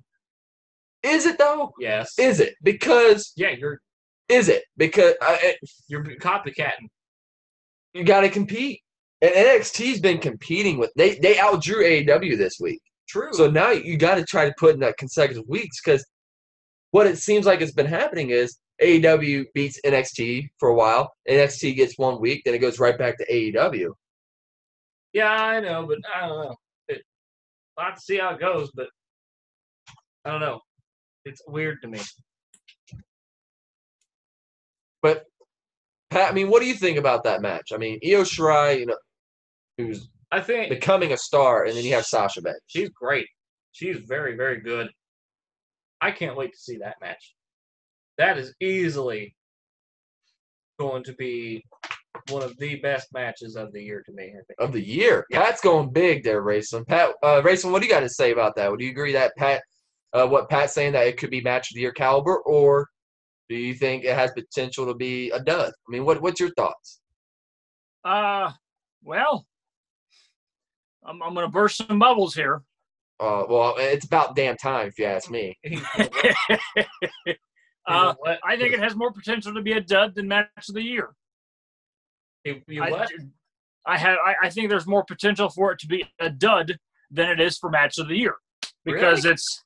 is it though?
Yes.
Is it because?
yeah, you're
Is it because? I, I-
you're copycatting.
you got to compete. And NXT's been competing with they they outdrew AEW this week.
True.
So now you got to try to put in that consecutive weeks because what it seems like has been happening is AEW beats NXT for a while. NXT gets one week, then it goes right back to E AEW.
yeah, I know, but I don't know. It, I'll have to see how it goes, but I don't know. It's weird to me.
Pat, I mean, what do you think about that match? I mean, Io Shirai, you know, who's
I think
becoming a star, and then you have Sasha Banks.
She's great. She's very, very good. I can't wait to see that match. That is easily going to be one of the best matches of the year to me. I think.
of the year. Pat's going big there, Rayson. Pat, uh, Rayson, what do you got to say about that? Would you agree that Pat, uh, what Pat's saying that it could be match of the year caliber, or do you think it has potential to be a dud? I mean, what what's your thoughts?
Uh, well, I'm, I'm going to burst some bubbles here.
Uh, well, it's about damn time if you ask me.
You know
uh,
what?
I think it has more potential to be a dud than match of the year.
You- you
I,
what?
I have. I, I think there's more potential for it to be a dud than it is for match of the year because it's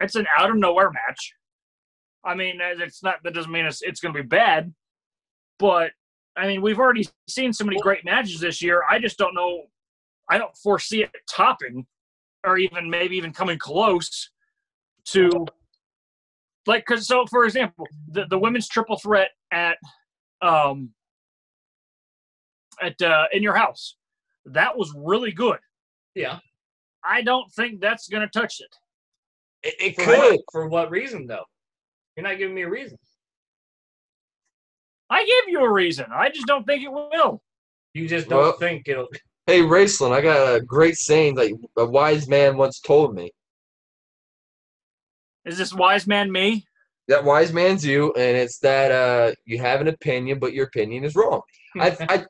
it's an out of nowhere match. I mean, uh, it's not. That doesn't mean it's it's going to be bad, but I mean, we've already seen so many great matches this year. I just don't know. I don't foresee it topping, or even maybe even coming close to. Like, cause so for example, the, the women's triple threat at um, at uh, in your house. That was really good.
Yeah.
I don't think that's going to touch it.
It, it
For
could.
what, for what reason though? You're not giving me a reason.
I give you a reason. I just don't think it will.
You just don't
Well-
think it'll.
Hey, Rayson, I got a great saying that a wise man once told me.
Is this wise man me?
That wise man's you, and it's that uh, you have an opinion, but your opinion is wrong. I, I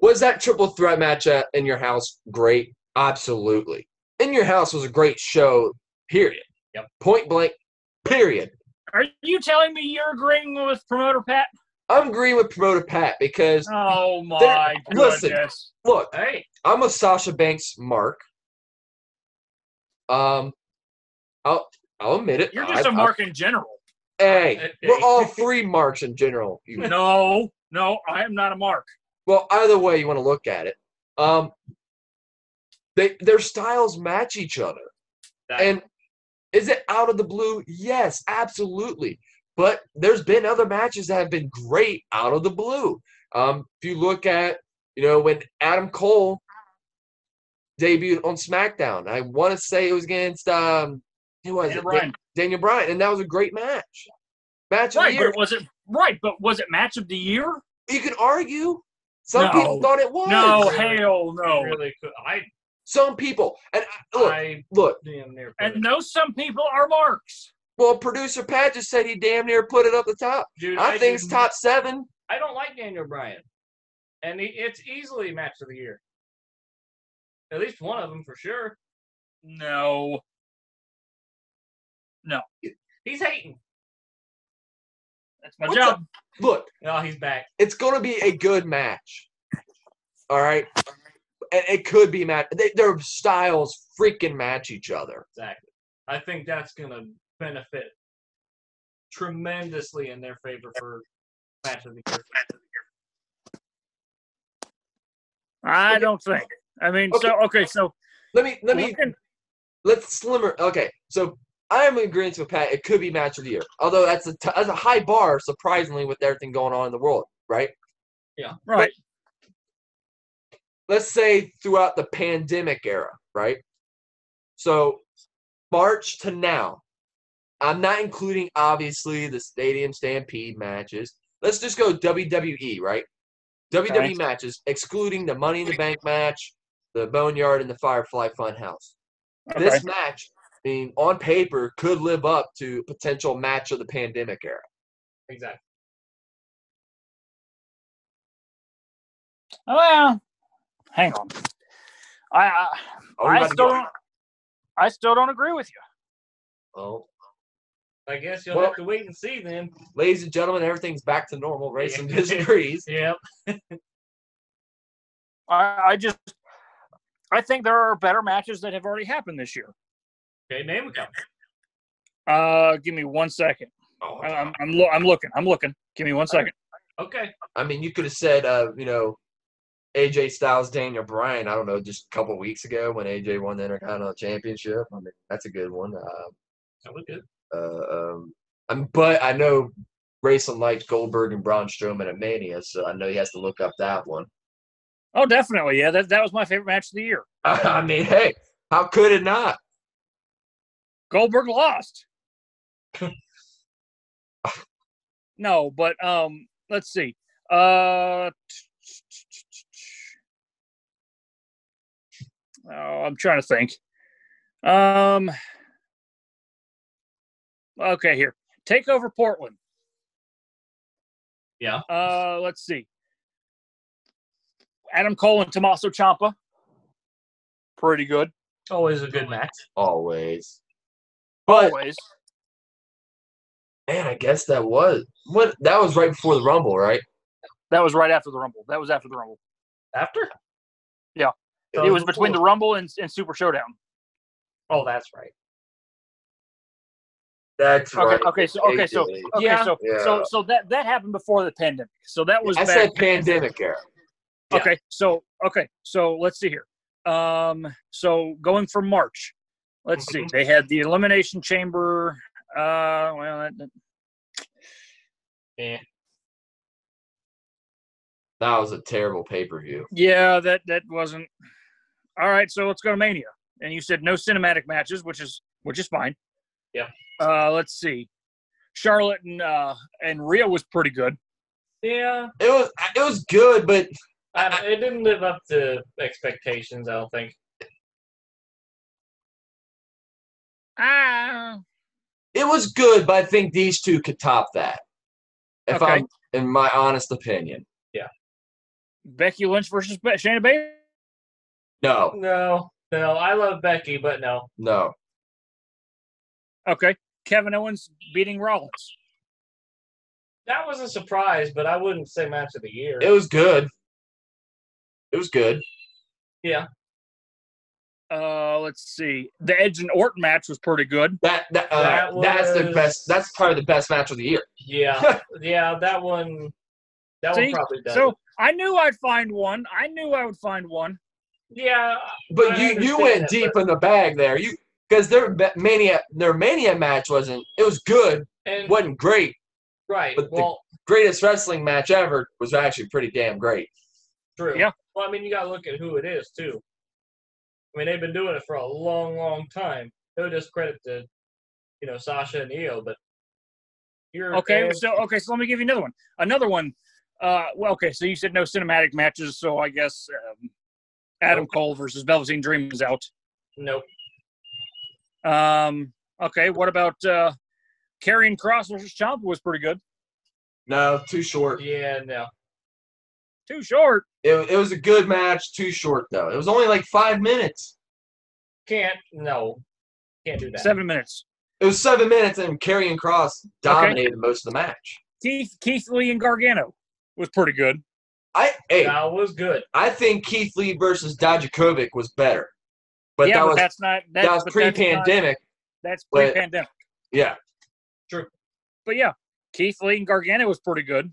was that triple threat match at, in your house great. Absolutely, in your house was a great show. Period.
Yep.
Point blank. Period.
Are you telling me you're agreeing with promoter Pat?
I'm agreeing with promoter Pat because
Oh my
listen.
goodness!
look,
hey,
I'm a Sasha Banks mark. Um, I'll I'll admit it.
You're just
a
a mark in general.
hey, we're all three marks in general. You
No, no, I am not a mark.
Well, either way you want to look at it, um, they their styles match each other,
That-
and is it out of the blue? Yes, absolutely. But there's been other matches that have been great out of the blue. Um, if you look at, you know, when Adam Cole debuted on SmackDown, I want to say it was against um, who was
Daniel
it?
Bryan.
Da- Daniel Bryan, and that was a great match. Match of
Right,
the
but
year.
it wasn't right. But was it match of the year?
You can argue. Some people
No.
thought it was.
No, hell no.
really could. I,
Some people. And I- look,
I
look.
damn near. put it.
And no, some people are marks.
Well, producer Pat just said he damn near put it up the top.
Dude,
I, think
did
it's top seven.
I don't like Daniel Bryan, and he, it's easily match of the year. At least one of them for sure.
No,
He's hating.
that's my
What's
job.
up? Look,
No, Oh, he's back.
it's going to be a good match. All right. And it could be match. They, their styles freaking match each other.
Exactly. I think that's gonna benefit tremendously in their favor for match of the year.
I
Okay.
don't think. I mean, so okay, so
Let me let me
looking-
let's slimmer. Okay, so I am in agreement with Pat. It could be match of the year, although that's a t- that's a high bar, surprisingly, with everything going on in the world, right?
right.
let's say throughout the pandemic era, right? So March to now, I'm not including obviously the Stadium Stampede matches. Let's just go WWE, right? WWE matches, excluding the Money in the Bank match, the Boneyard, and the Firefly Funhouse. This
Okay.
match, I mean, on paper, could live up to potential match of the pandemic era.
Exactly.
Well, hang on. I I,
Are Oh, we
I
about to
still
get-
don't, I still don't agree with you.
Oh.
I guess you'll
Well-
have to wait and see then.
Ladies and gentlemen, everything's back to normal. Race and disagrees.
Yep.
I, I just I think there are better matches that have already happened this year.
Okay, name a couple.
Uh, give me one second.
Oh,
I- I'm I'm, lo- I'm looking. I'm looking. Give me one second.
Okay.
I mean, you could have said, uh, you know, AJ Styles, Daniel Bryan. I don't know, just a couple weeks ago when AJ won the Intercontinental Championship. I mean, that's a good one. Uh,
That was good.
uh, um, I'm, but I know Grayson likes Goldberg and Braun Strowman at Mania, so I know he has to look up that one.
Oh, definitely. Yeah, that that was my favorite match of the year.
I mean, hey, how could it not?
Goldberg lost. no, but um, let's see. Uh, oh, I'm trying to think. Um, okay, here. Take over Portland.
Yeah.
Uh, let's see. Adam Cole and Tommaso Ciampa. Pretty good.
Always a good match.
Always. But
Always.
man, I guess that was what that was right before the Rumble, right?
That was right after the Rumble. That was after the Rumble.
After?
Yeah.
So
it was between the
before-
Rumble and, and Super Showdown.
Oh, that's right.
That's
Okay,
right.
okay, so okay, so
AJ.
okay,
Yeah.
so
Yeah.
so so that that happened before the pandemic. So that was
I
back-
said pandemic era. yeah.
Okay, so okay, so let's see here. Um, so going from March, let's see.
Mm-hmm.
They had the Elimination Chamber. Uh, well, that- that-
Yeah.
That was a terrible pay per view.
yeah, that that wasn't. All right, so let's go to Mania. And you said no cinematic matches, which is which is fine.
Yeah.
Uh, let's see. Charlotte and uh and Rhea was pretty good.
Yeah.
It was it was good, but
I don't- it didn't live up to expectations, I don't think.
Ah.
it was good. But I think these two could top that. If
Okay.
I'm in my honest opinion,
Becky Lynch versus Be- Shayna Baszler.
no,
No, no. I love Becky, but no.
no,
Okay. Kevin Owens beating Rollins.
That was a surprise, but I wouldn't say match of the year.
it was good. It was good.
Uh, let's see. The Edge and Orton match was pretty good.
That that, uh,
That
that's the
was-
best. That's probably the best match of the year.
yeah, yeah. That one, that
See?
one probably does.
So I knew I'd find one. I knew I would find one.
yeah,
But
I
you you
understand
went
that,
deep in the bag there. You because their ba- mania their mania match wasn't. It was good.
and
wasn't great.
right.
but the-
well,
Greatest wrestling match ever was actually pretty damn great.
true.
Yeah.
Well, I mean, you got to look at who it is too. I mean, they've been doing it for a long, long time. No discredit to, you know, Sasha and Io, but you're
Okay. So okay. So let me give you another one. Another one. Uh, well, okay. So you said no cinematic matches. So I guess um, Adam Cole versus Velveteen Dream is out.
nope.
Um, okay. What about uh, Karrion Cross versus Ciampa was pretty good.
No, too short.
Yeah, no.
Too short.
It, it was a good match. Too short though. It was only like five minutes.
Can't. No. Can't do that.
Seven minutes.
It was seven minutes, and Karrion Cross dominated most of the match.
Keith Keith Lee and Gargano was pretty good.
I hey,
That was good.
I think Keith Lee versus Dijakovic was better, but
yeah,
that
but
was
that's not that's,
that was
but that's not-
pre-pandemic.
That's
but-
pre-pandemic.
yeah,
But yeah, Keith Lee and Gargano was pretty good.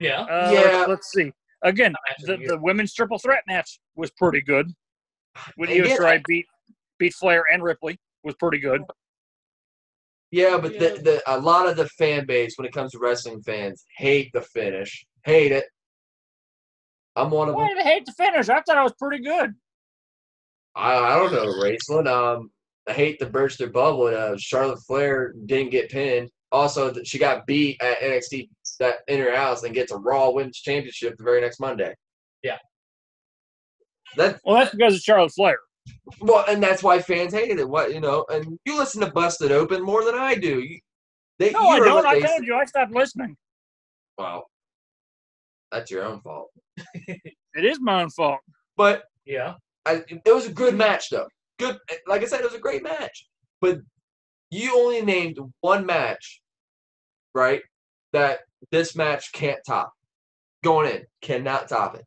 Yeah.
Uh,
Yeah.
Let's, let's see. Again,
Match of
the,
the year.
the women's triple threat match was pretty good. When
Again,
Io Shirai beat beat Flair and Ripley was pretty good.
yeah, but The, the a lot of the fan base when it comes to wrestling fans hate the finish, hate it. I'm one of
Why
them.
did I hate the finish? I thought I was pretty good.
I, I don't know wrestling. Um, I hate to burst their bubble. And, uh, Charlotte Flair didn't get pinned. Also, th- she got beat at NXT that in her house and gets a Raw Women's Championship the very next Monday.
Yeah.
That
Well, that's because of Charlotte Flair.
well, and that's why fans hated it. What you know, and you listen to Busted Open more than I do. You, they,
No, I
you heard
don't.
what
I
they
told
said.
you. I stopped listening.
Wow, that's your own fault.
It is my own fault.
But
Yeah.
I, it was a good match though. Good, like I said, it was a great match. But you only named one match, right? That this match can't top. Going in, cannot top it.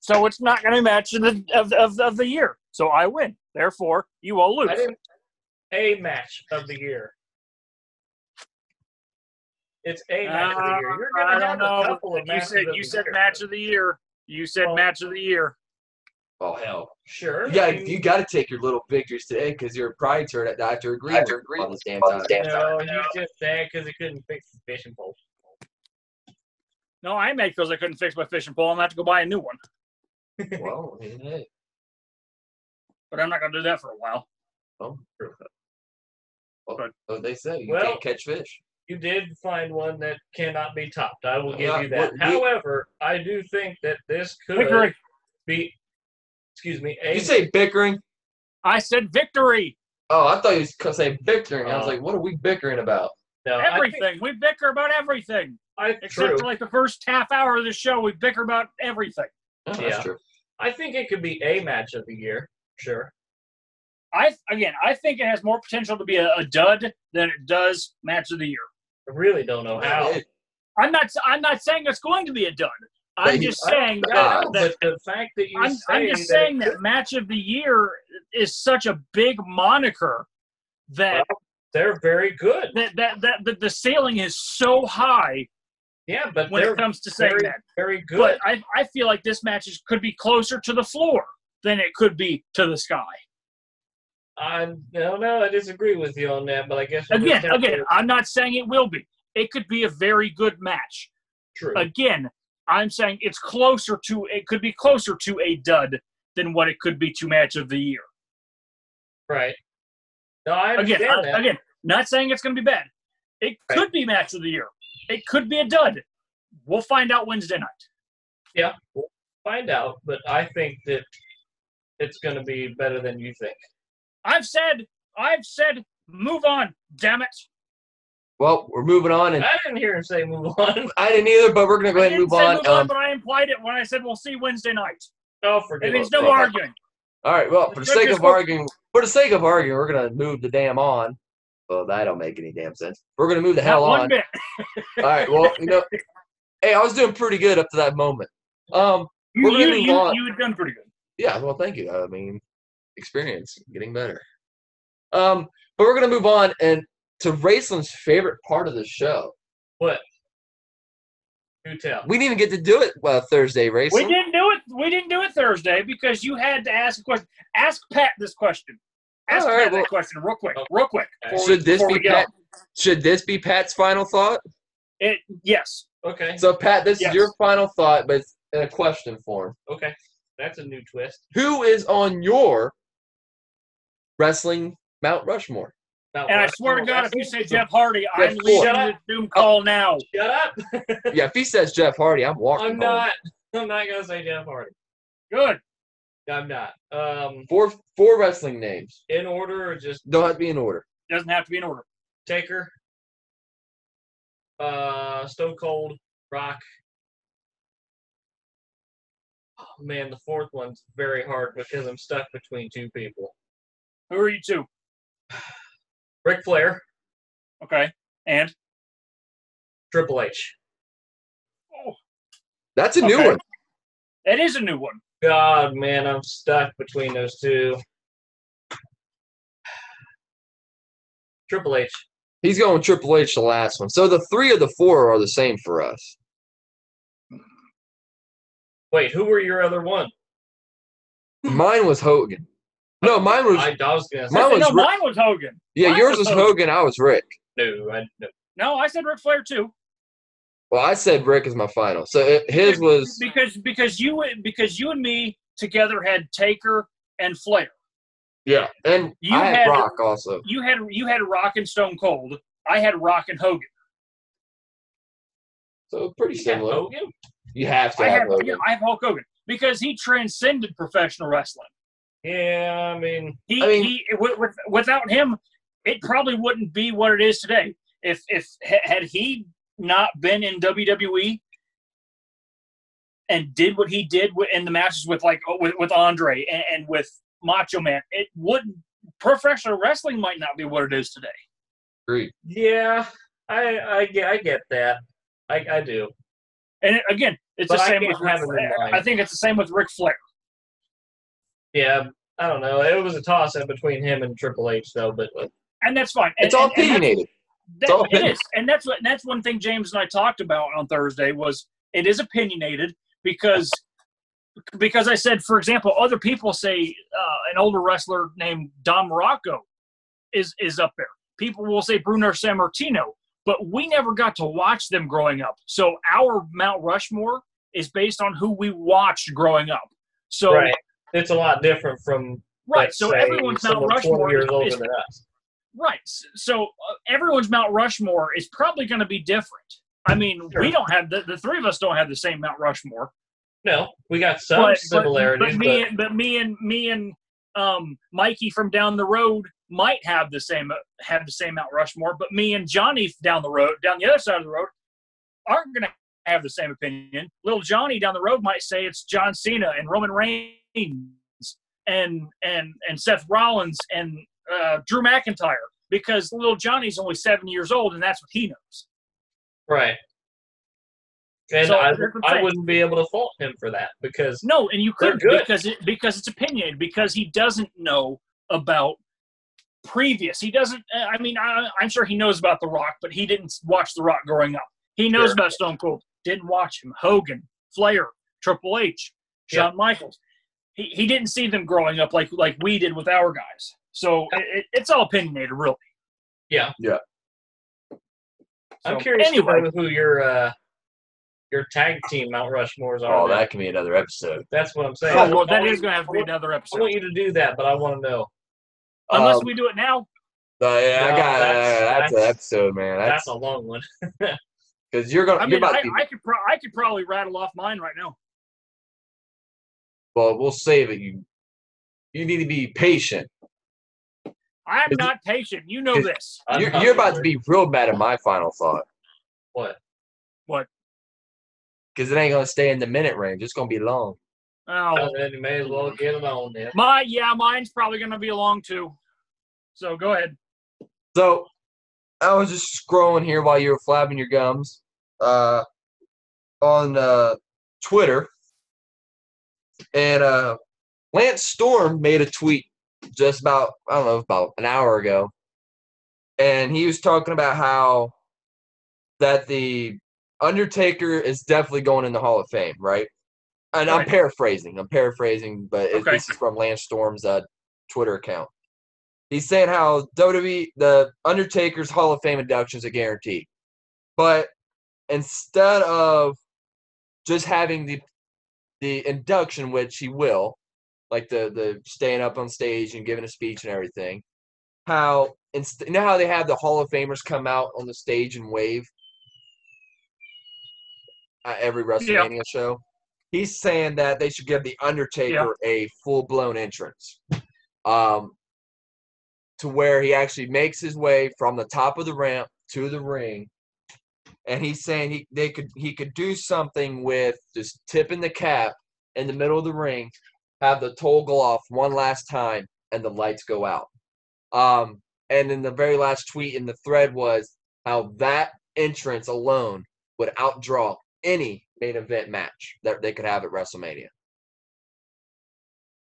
So it's not going to match of the, of, of, of the year. So I win. Therefore, you all lose.
I didn't a match of the year. It's a match of the year. You're
Uh, I
gonna
don't
have
know.
a couple of
You
matches
said
of
you
the
said
year.
match of the year. You said
Well-
match of the year.
Oh hell!
Sure.
Yeah,
I mean,
you got to take your little victories today because you're a pride turd at Doctor Agree on this damn time.
no, he's just sad because he couldn't fix the fishing pole.
No, I made because I couldn't fix my fishing pole. I'm gonna have to go buy a new one.
Well, I mean, hey,
But I'm not gonna do that for a while.
that's what they say you
Well,
can't catch fish.
You did find one that cannot be topped. I will give
Yeah,
you that.
what-
However, I do think that this could
Victory.
be, excuse me, a
You say bickering?
I said victory.
Oh, I thought you was saying bickering. I was
Oh.
like, what are we bickering about?
no, I think-
everything. we bicker about everything.
I,
Except
true.
for like the first half hour of the show, we bicker about everything.
Oh, that's
Yeah.
true.
I think it could be a match of the year. Sure.
I again, I think it has more potential to be a, a dud than it does match of the year.
I really don't know how.
Hey,
I'm not. I'm not saying it's going to be a dud. I'm
Hey,
just saying
I-
that,
uh,
that
but the fact that you
I'm, I'm just saying that match of the year is such a big moniker that,
they're very good.
that, that, that, that the ceiling is so high
Yeah, but
when
they're
it comes to saying
very,
that.
very good.
But I, I feel like this match is, could be closer to the floor than it could be to the sky.
I no, no, I disagree with you on that. But I guess we'll just
Again,
have to-
again, I'm not saying it will be. It could be a very good match.
true.
Again, I'm saying it's closer to it could be closer to a dud than what it could be to match of the year.
right. No, I
again,
understand
I-
that.
again, not saying it's going to be bad. It
Right.
could be match of the year. It could be a dud. We'll find out Wednesday night.
yeah, we'll find out. But I think that it's going to be better than you think.
I've said, I've said, move on. Damn it!
Well, we're moving on, and
I didn't hear him say move on.
I didn't either, but we're gonna go
I
ahead and move
didn't say
on.
move
Um,
on, but I implied it when I said we'll see Wednesday night.
Oh,
It
forgive me.
means no
fuck.
arguing.
all right. Well, for the
Let's
sake
just
of
move-
arguing, for the sake of arguing, we're gonna move the damn on. Well, that don't make any damn sense. We're gonna move the
Not
hell
one
on.
bit.
All right. Well, you know, hey, I was doing pretty good up to that moment. Um, We're
You,
gonna
you,
move
you,
on.
you had done pretty good.
yeah. Well, thank you. I mean, experience getting better. Um, but we're gonna move on and to Raceland's favorite part of the show.
Do tell.
We didn't even get to do it uh, Thursday,
We
Raceland.
didn't do it. We didn't do it Thursday because you had to ask a question. Ask Pat this question. Ask
All right,
Pat
well-
that question real quick.
Oh.
Real quick.
Okay.
before we-
Should this
before we
be
get
Pat?
off.
Should this be Pat's final thought?
It yes.
Okay.
So, Pat, this
Yes.
is your final thought, but it's in a question form.
Okay. That's a new twist.
Who is on your wrestling Mount Rushmore?
Not
And I
one.
swear to God, if you say Jeff Hardy,
Jeff, Oh.
I'm leaving
shut
the Zoom call now.
shut up,
yeah, if he says Jeff Hardy, I'm walking.
I'm
home.
not. I'm not gonna say Jeff Hardy.
Good.
I'm not. Um,
Four four wrestling names.
in order or just
Don't have to be in order.
Doesn't have to be in order.
Taker, uh, Stone Cold, Rock. Oh man, the fourth one's very hard because I'm stuck between two people.
Who are you two?
Ric Flair,
Okay. And
Triple H.
oh,
That's a new
Okay.
one.
it is a new one.
God, man, I'm stuck between those two. Triple H.
He's going Triple H the last one. So the three of the four are the same for us.
Wait, who were your other one?
Mine was Hogan. No, mine was
I, I was gonna say
Mine was
no,
Rick-
mine was Hogan.
yeah.
mine
Yours
was
was
Hogan.
Hogan. I was Rick.
no. I, no.
No, I said Ric Flair too.
Well, I said Rick is my final. So it, his was
because because you because you and me together had Taker and Flair.
yeah, and
You
I had,
had-
Rock also.
You had you had Rock and Stone Cold. I had Rock and Hogan.
So pretty
You got
similar.
Hogan?
You have to
I
have
had
Hogan.
yeah, I have Hulk Hogan because he transcended professional wrestling.
Yeah, I mean,
He,
I mean-
he with, with, without him, it probably wouldn't be what it is today. If if ha- had he not been in WWE and did what he did wi- in the matches with like with, with Andre and, and with Macho Man, it wouldn't. Professional wrestling might not be what it is today.
Agreed.
yeah, I I get I get that. I I do.
And it- again, it's
But
the
I
same
can't
with Ric
have him in
Flair.
mind.
I think it's the same with Ric Flair.
Yeah, I don't know. It was a toss up between him and Triple H though, but
And that's fine. And-
It's all
and- and that's-
opinionated.
That,
all
it
opinion.
is, and that's what that's one thing James and I talked about on Thursday was it is opinionated because because I said, for example, other people say uh, an older wrestler named Don Morocco is is up there. People will say Bruno Sammartino, but we never got to watch them growing up. So our Mount Rushmore is based on who we watched growing up. So
right, it's a lot different from
right,
let's
so
say,
everyone's Mount
someone 20
Rushmore
years
is-
older
is
than us.
Right. S- So uh, everyone's Mount Rushmore is probably going to be different. I mean,
Sure.
we don't have the, the three of us don't have the same Mount Rushmore,
No, we got some similarities,
But,
but,
me, and but me and me and um, Mikey from down the road might have the same have the same Mount Rushmore. But me and Johnny down the road, down the other side of the road, aren't going to have the same opinion. Little Johnny down the road might say it's John Cena and Roman Reigns and and and Seth Rollins and uh, Drew McIntyre because little Johnny's only seven years old and that's what he knows.
right. And
So,
I,
that's what I'm
I
saying.
wouldn't be able to fault him for that because
No, and you
They're
couldn't
good.
because it, because it's opinionated because he doesn't know about previous. He doesn't. uh, I mean, I, I'm sure he knows about The Rock, but he didn't watch The Rock growing up. He knows
Sure.
about Stone Cold. Didn't watch him. Hogan, Flair, Triple H,
Yeah.
Shawn Michaels. He, he didn't see them growing up like like we did with our guys. So it, it, it's all opinionated, really.
yeah,
Yeah.
I'm
So,
curious
Anyway,
to know who your uh, your tag team Mount Rushmores are.
Oh,
now.
that can be another episode.
That's what I'm saying.
oh, well, that is going to have to be
I
another episode.
want you to do that, but I want to know.
Unless
Um,
we do it now,
uh, yeah,
No,
I got
that's-
that's, that's,
that's-
an episode, man.
That's
That's
a long one.
because you're gonna.
I
you're
mean,
about
I,
to be,
I could pro- I could probably rattle off mine right now.
well, we'll save it. You you need to be patient.
I'm
Is-
not patient. You know
is-
this.
I'm
You're,
not
you're about to
sure.
be real bad at my final thought
What?
because it ain't gonna stay in the minute range. It's gonna be long.
Oh,
Well, then you may as well get it on then.
my yeah, mine's probably gonna be along too. So go ahead.
So I was just scrolling here while you were flapping your gums uh, on uh, Twitter, and uh, Lance Storm made a tweet just about I don't know about an hour ago, and he was talking about how that the Undertaker is definitely going in the Hall of Fame, right? And I'm
Right.
paraphrasing. I'm paraphrasing, but it,
Okay.
uh, this is from Lance Storm's uh, Twitter account. He's saying how WWE, the Undertaker's Hall of Fame induction is a guarantee. But instead of just having the the induction, which he will, like the the staying up on stage and giving a speech and everything, how inst- you know how they have the Hall of Famers come out on the stage and wave at every WrestleMania show. He's saying that they should give the Undertaker a full blown entrance. Um, to where he actually makes his way from the top of the ramp to the ring and he's saying he they could he could do something with just tipping the cap in the middle of the ring have the toll go off one last time and the lights go out um and then the very last tweet in the thread was how that entrance alone would outdraw any main event match that they could have at WrestleMania.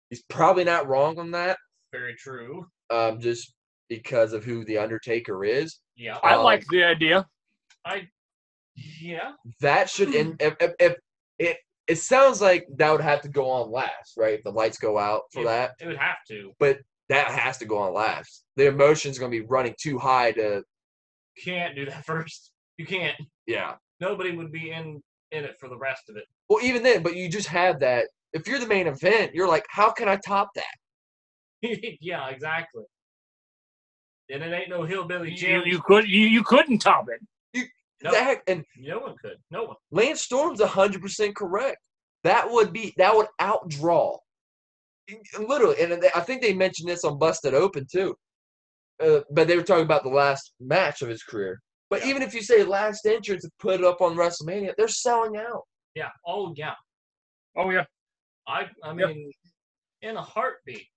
He's probably not wrong on that
Very true.
um, just because of who the Undertaker is.
Yeah.
I
Um,
like the idea.
Yeah.
That should end if, if, if it. It sounds like that would have to go on last, right? If the lights go out for that,
It would have to.
that has to go on last. The emotion's going to be running too high to.
Can't do that first. You can't.
Yeah,
nobody would be in in it for the rest of it.
Well, even then, but you just have that. If you're the main event, you're like, how can I top that?
yeah, exactly. And it ain't no hillbilly
You,
jam.
you could you, you couldn't top it.
No.
That and
no one could. No one.
Lance Storm's 100% correct. That would be that would outdraw. Literally, and I think they mentioned this on Busted Open too. Uh, but they were talking about the last match of his career. But
Yeah.
even if you say last entrance and put it up on WrestleMania, they're selling out.
Yeah. Oh yeah.
Oh yeah.
I I
Yep.
mean, in a heartbeat.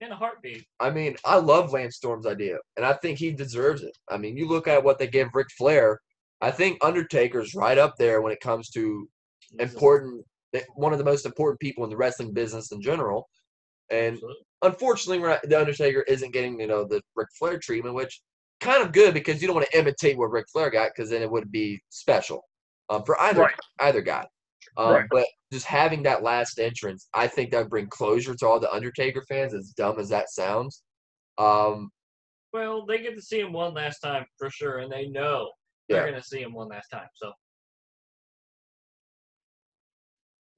In a heartbeat.
I mean, I love Lance Storm's idea, and I think he deserves it. I mean, you look at what they gave Ric Flair. I think Undertaker's right up there when it comes to
Jesus.
important, one of the most important people in the wrestling business in general. And
Absolutely.
unfortunately, we're not, the Undertaker isn't getting you know the Ric Flair treatment, which kind of good because you don't want to imitate what Ric Flair got because then it would be special um, for either
Right.
either guy. Um,
Right.
But just having that last entrance, I think that would bring closure to all the Undertaker fans. As dumb as that sounds, um,
Well, they get to see him one last time for sure, and they know they're
Yeah.
gonna see him one last time. So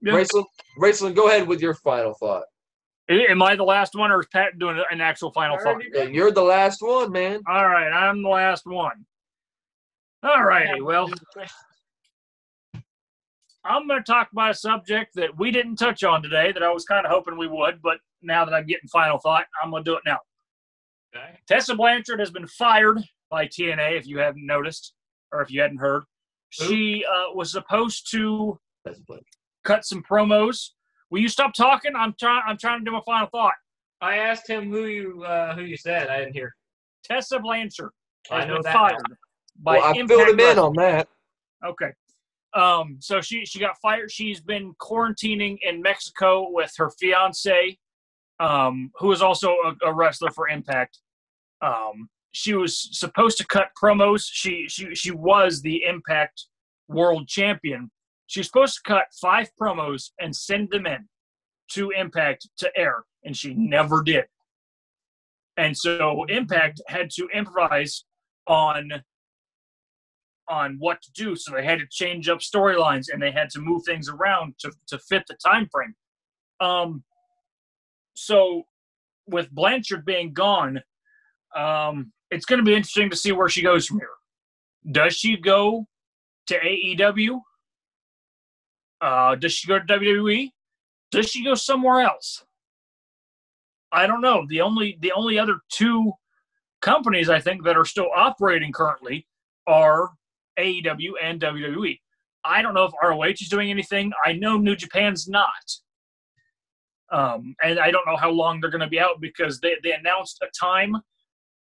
Yeah.
Raceland, Raceland, go ahead with your final thought.
A- Am I the last one, or is Pat doing an actual final
I
thought?
already
Yeah,
did.
You're the last one, man.
All right, I'm the last one. All righty. Well, I'm going to talk about a subject that we didn't touch on today that I was kind of hoping we would, but now that I'm getting final thought, I'm going to do it now.
Okay.
Tessa Blanchard has been fired by TNA, if you haven't noticed or if you hadn't heard.
Who?
She uh, was supposed to
That's what-
cut some promos. Will you stop talking? I'm trying. I'm trying to do my final thought.
I asked him who you uh, who you said. I didn't hear.
Tessa Blanchard
I
has
know
been
that
fired by
Well, I
Impact
filled him in
Wrestling.
on that.
Okay. Um, so she she got fired. She's been quarantining in Mexico with her fiance, um, who is also a, a wrestler for Impact. Um, she was supposed to cut promos. She she she was the Impact World Champion. She was supposed to cut five promos and send them in to Impact to air, and she never did. And so Impact had to improvise on on what to do so they had to change up storylines and they had to move things around to, to fit the time frame um so with blanchard being gone um it's going to be interesting to see where she goes from here does she go to aew uh does she go to wwe does she go somewhere else i don't know the only the only other two companies i think that are still operating currently are AEW E and WWE. I don't know if ROH is doing anything. I know New Japan's not. Um, and I don't know how long they're going to be out because they, they announced a time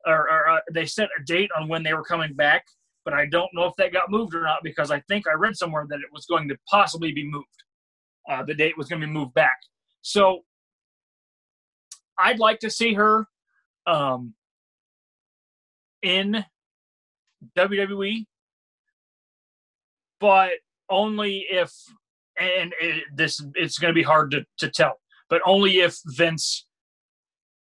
or, or uh, they set a date on when they were coming back, but I don't know if that got moved or not because I think I read somewhere that it was going to possibly be moved. Uh, the date was going to be moved back. So I'd like to see her um, in E WWE but only if and it, this it's going to be hard to, to tell but only if vince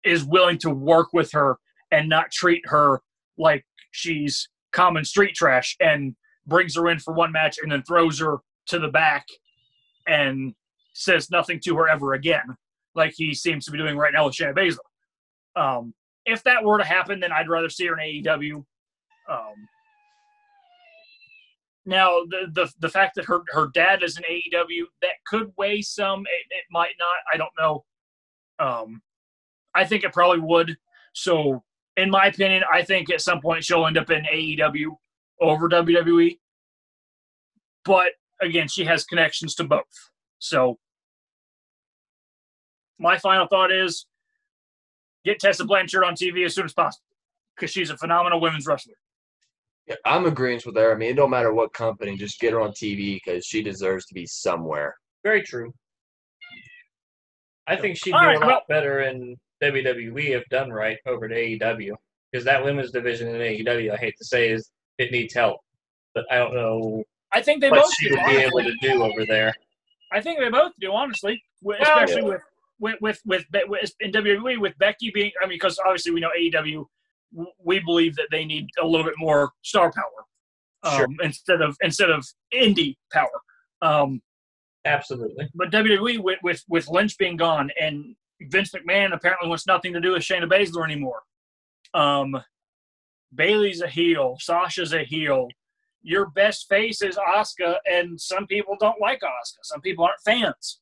is willing to work with her and not treat her like she's common street trash and brings her in for one match and then throws her to the back and says nothing to her ever again like he seems to be doing right now with Shayna Baszler. Um, if that were to happen, then I'd rather see her in AEW. Um, now, the, the the fact that her her dad is an AEW that could weigh some. It, it might not. I don't know. Um, I think it probably would. So, in my opinion, I think at some point she'll end up in AEW over WWE. But again, she has connections to both. So, my final thought is get Tessa Blanchard on TV as soon as possible because she's a phenomenal women's wrestler.
Yeah, I'm agreeing with her. I mean, it don't matter what company, just get her on TV because she deserves to be somewhere.
Very true. I think she'd do
All right,
a lot
well-
better in WWE if done right over to AEW because that women's division in AEW, I hate to say, is it needs help. But I don't know
I think they
what
both
she
do,
would be able
honestly.
to do over there.
I think they both do, honestly. With-
Well,
Especially with with with with, Be- with in WWE with Becky being. I mean, E because obviously we know AEW. w- We believe that they need a little bit more star power. um,
Sure.
instead of instead of indie power. Um,
Absolutely.
but WWE with, with with Lynch being gone and Vince McMahon apparently wants nothing to do with Shayna Baszler anymore. Um, Bailey's a heel. Sasha's a heel. Your best face is Oscar, and some people don't like Oscar. Some people aren't fans.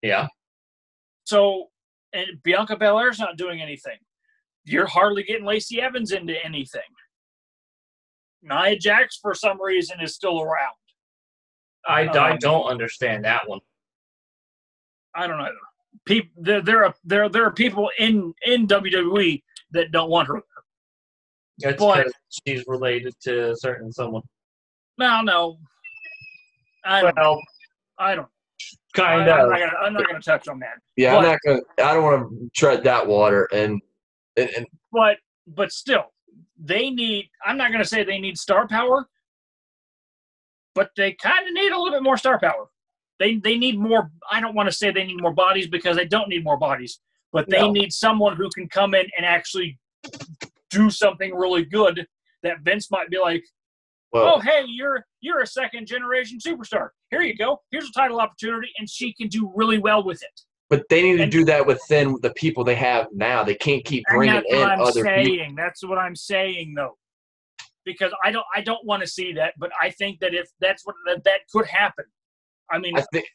Yeah.
So, and Bianca Belair's not doing anything. You're hardly getting Lacey Evans into anything. Nia Jax, for some reason, is still around.
I, I
Um,
don't understand that one.
I don't know. either. Peop there, there are there there are people in in WWE that don't want her.
It's
but-
'cause she's related to a certain someone.
No, no. I don't.
Well,
I don't. I,
kind
am
of.
not gonna. I'm not gonna touch on that.
Yeah, I'm
But-
not gonna. I don't want to tread that water. And, and, and
But but still, they need. I'm not gonna say they need star power, but they kind of need a little bit more star power. They they need more. I don't want to say they need more bodies because they don't need more bodies, but they
No.
need someone who can come in and actually do something really good that Vince might be like.
well,
oh hey you're you're a second generation superstar here you go here's a title opportunity and she can do really well with it
but they need to
and-
do that within the people they have now. They can't keep
and
bringing
that's
in
what i'm
other
saying
people.
that's what i'm saying though because i don't i don't want to see that but i think that if that's what that, that could happen i mean
I think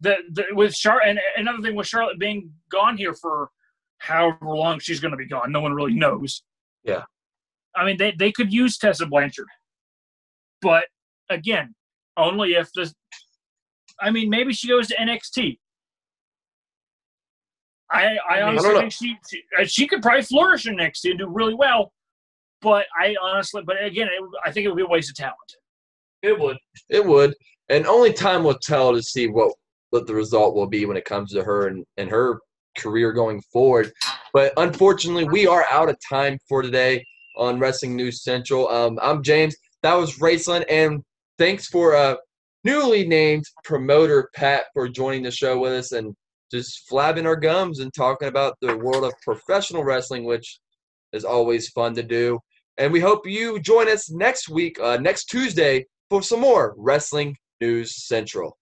the, the with Char and another thing with Charlotte being gone here for however long she's going to be gone, no one really knows.
Yeah.
I mean they they could use Tessa Blanchard, but again, only if this. I mean, maybe she goes to NXT. I I
don't
honestly
know.
think she, she uh, she could probably flourish in NXT and do really well, but I honestly, but again, it, I think it would be a waste of talent.
It would.
it would, and only time will tell to see what what the result will be when it comes to her and, and her career going forward. But unfortunately, we are out of time for today on Wrestling News Central. Um, I'm James. That was Raceland, and thanks for uh, newly named promoter Pat for joining the show with us and just flabbing our gums and talking about the world of professional wrestling, which is always fun to do. And we hope you join us next week, uh, next Tuesday, for some more Wrestling News Central.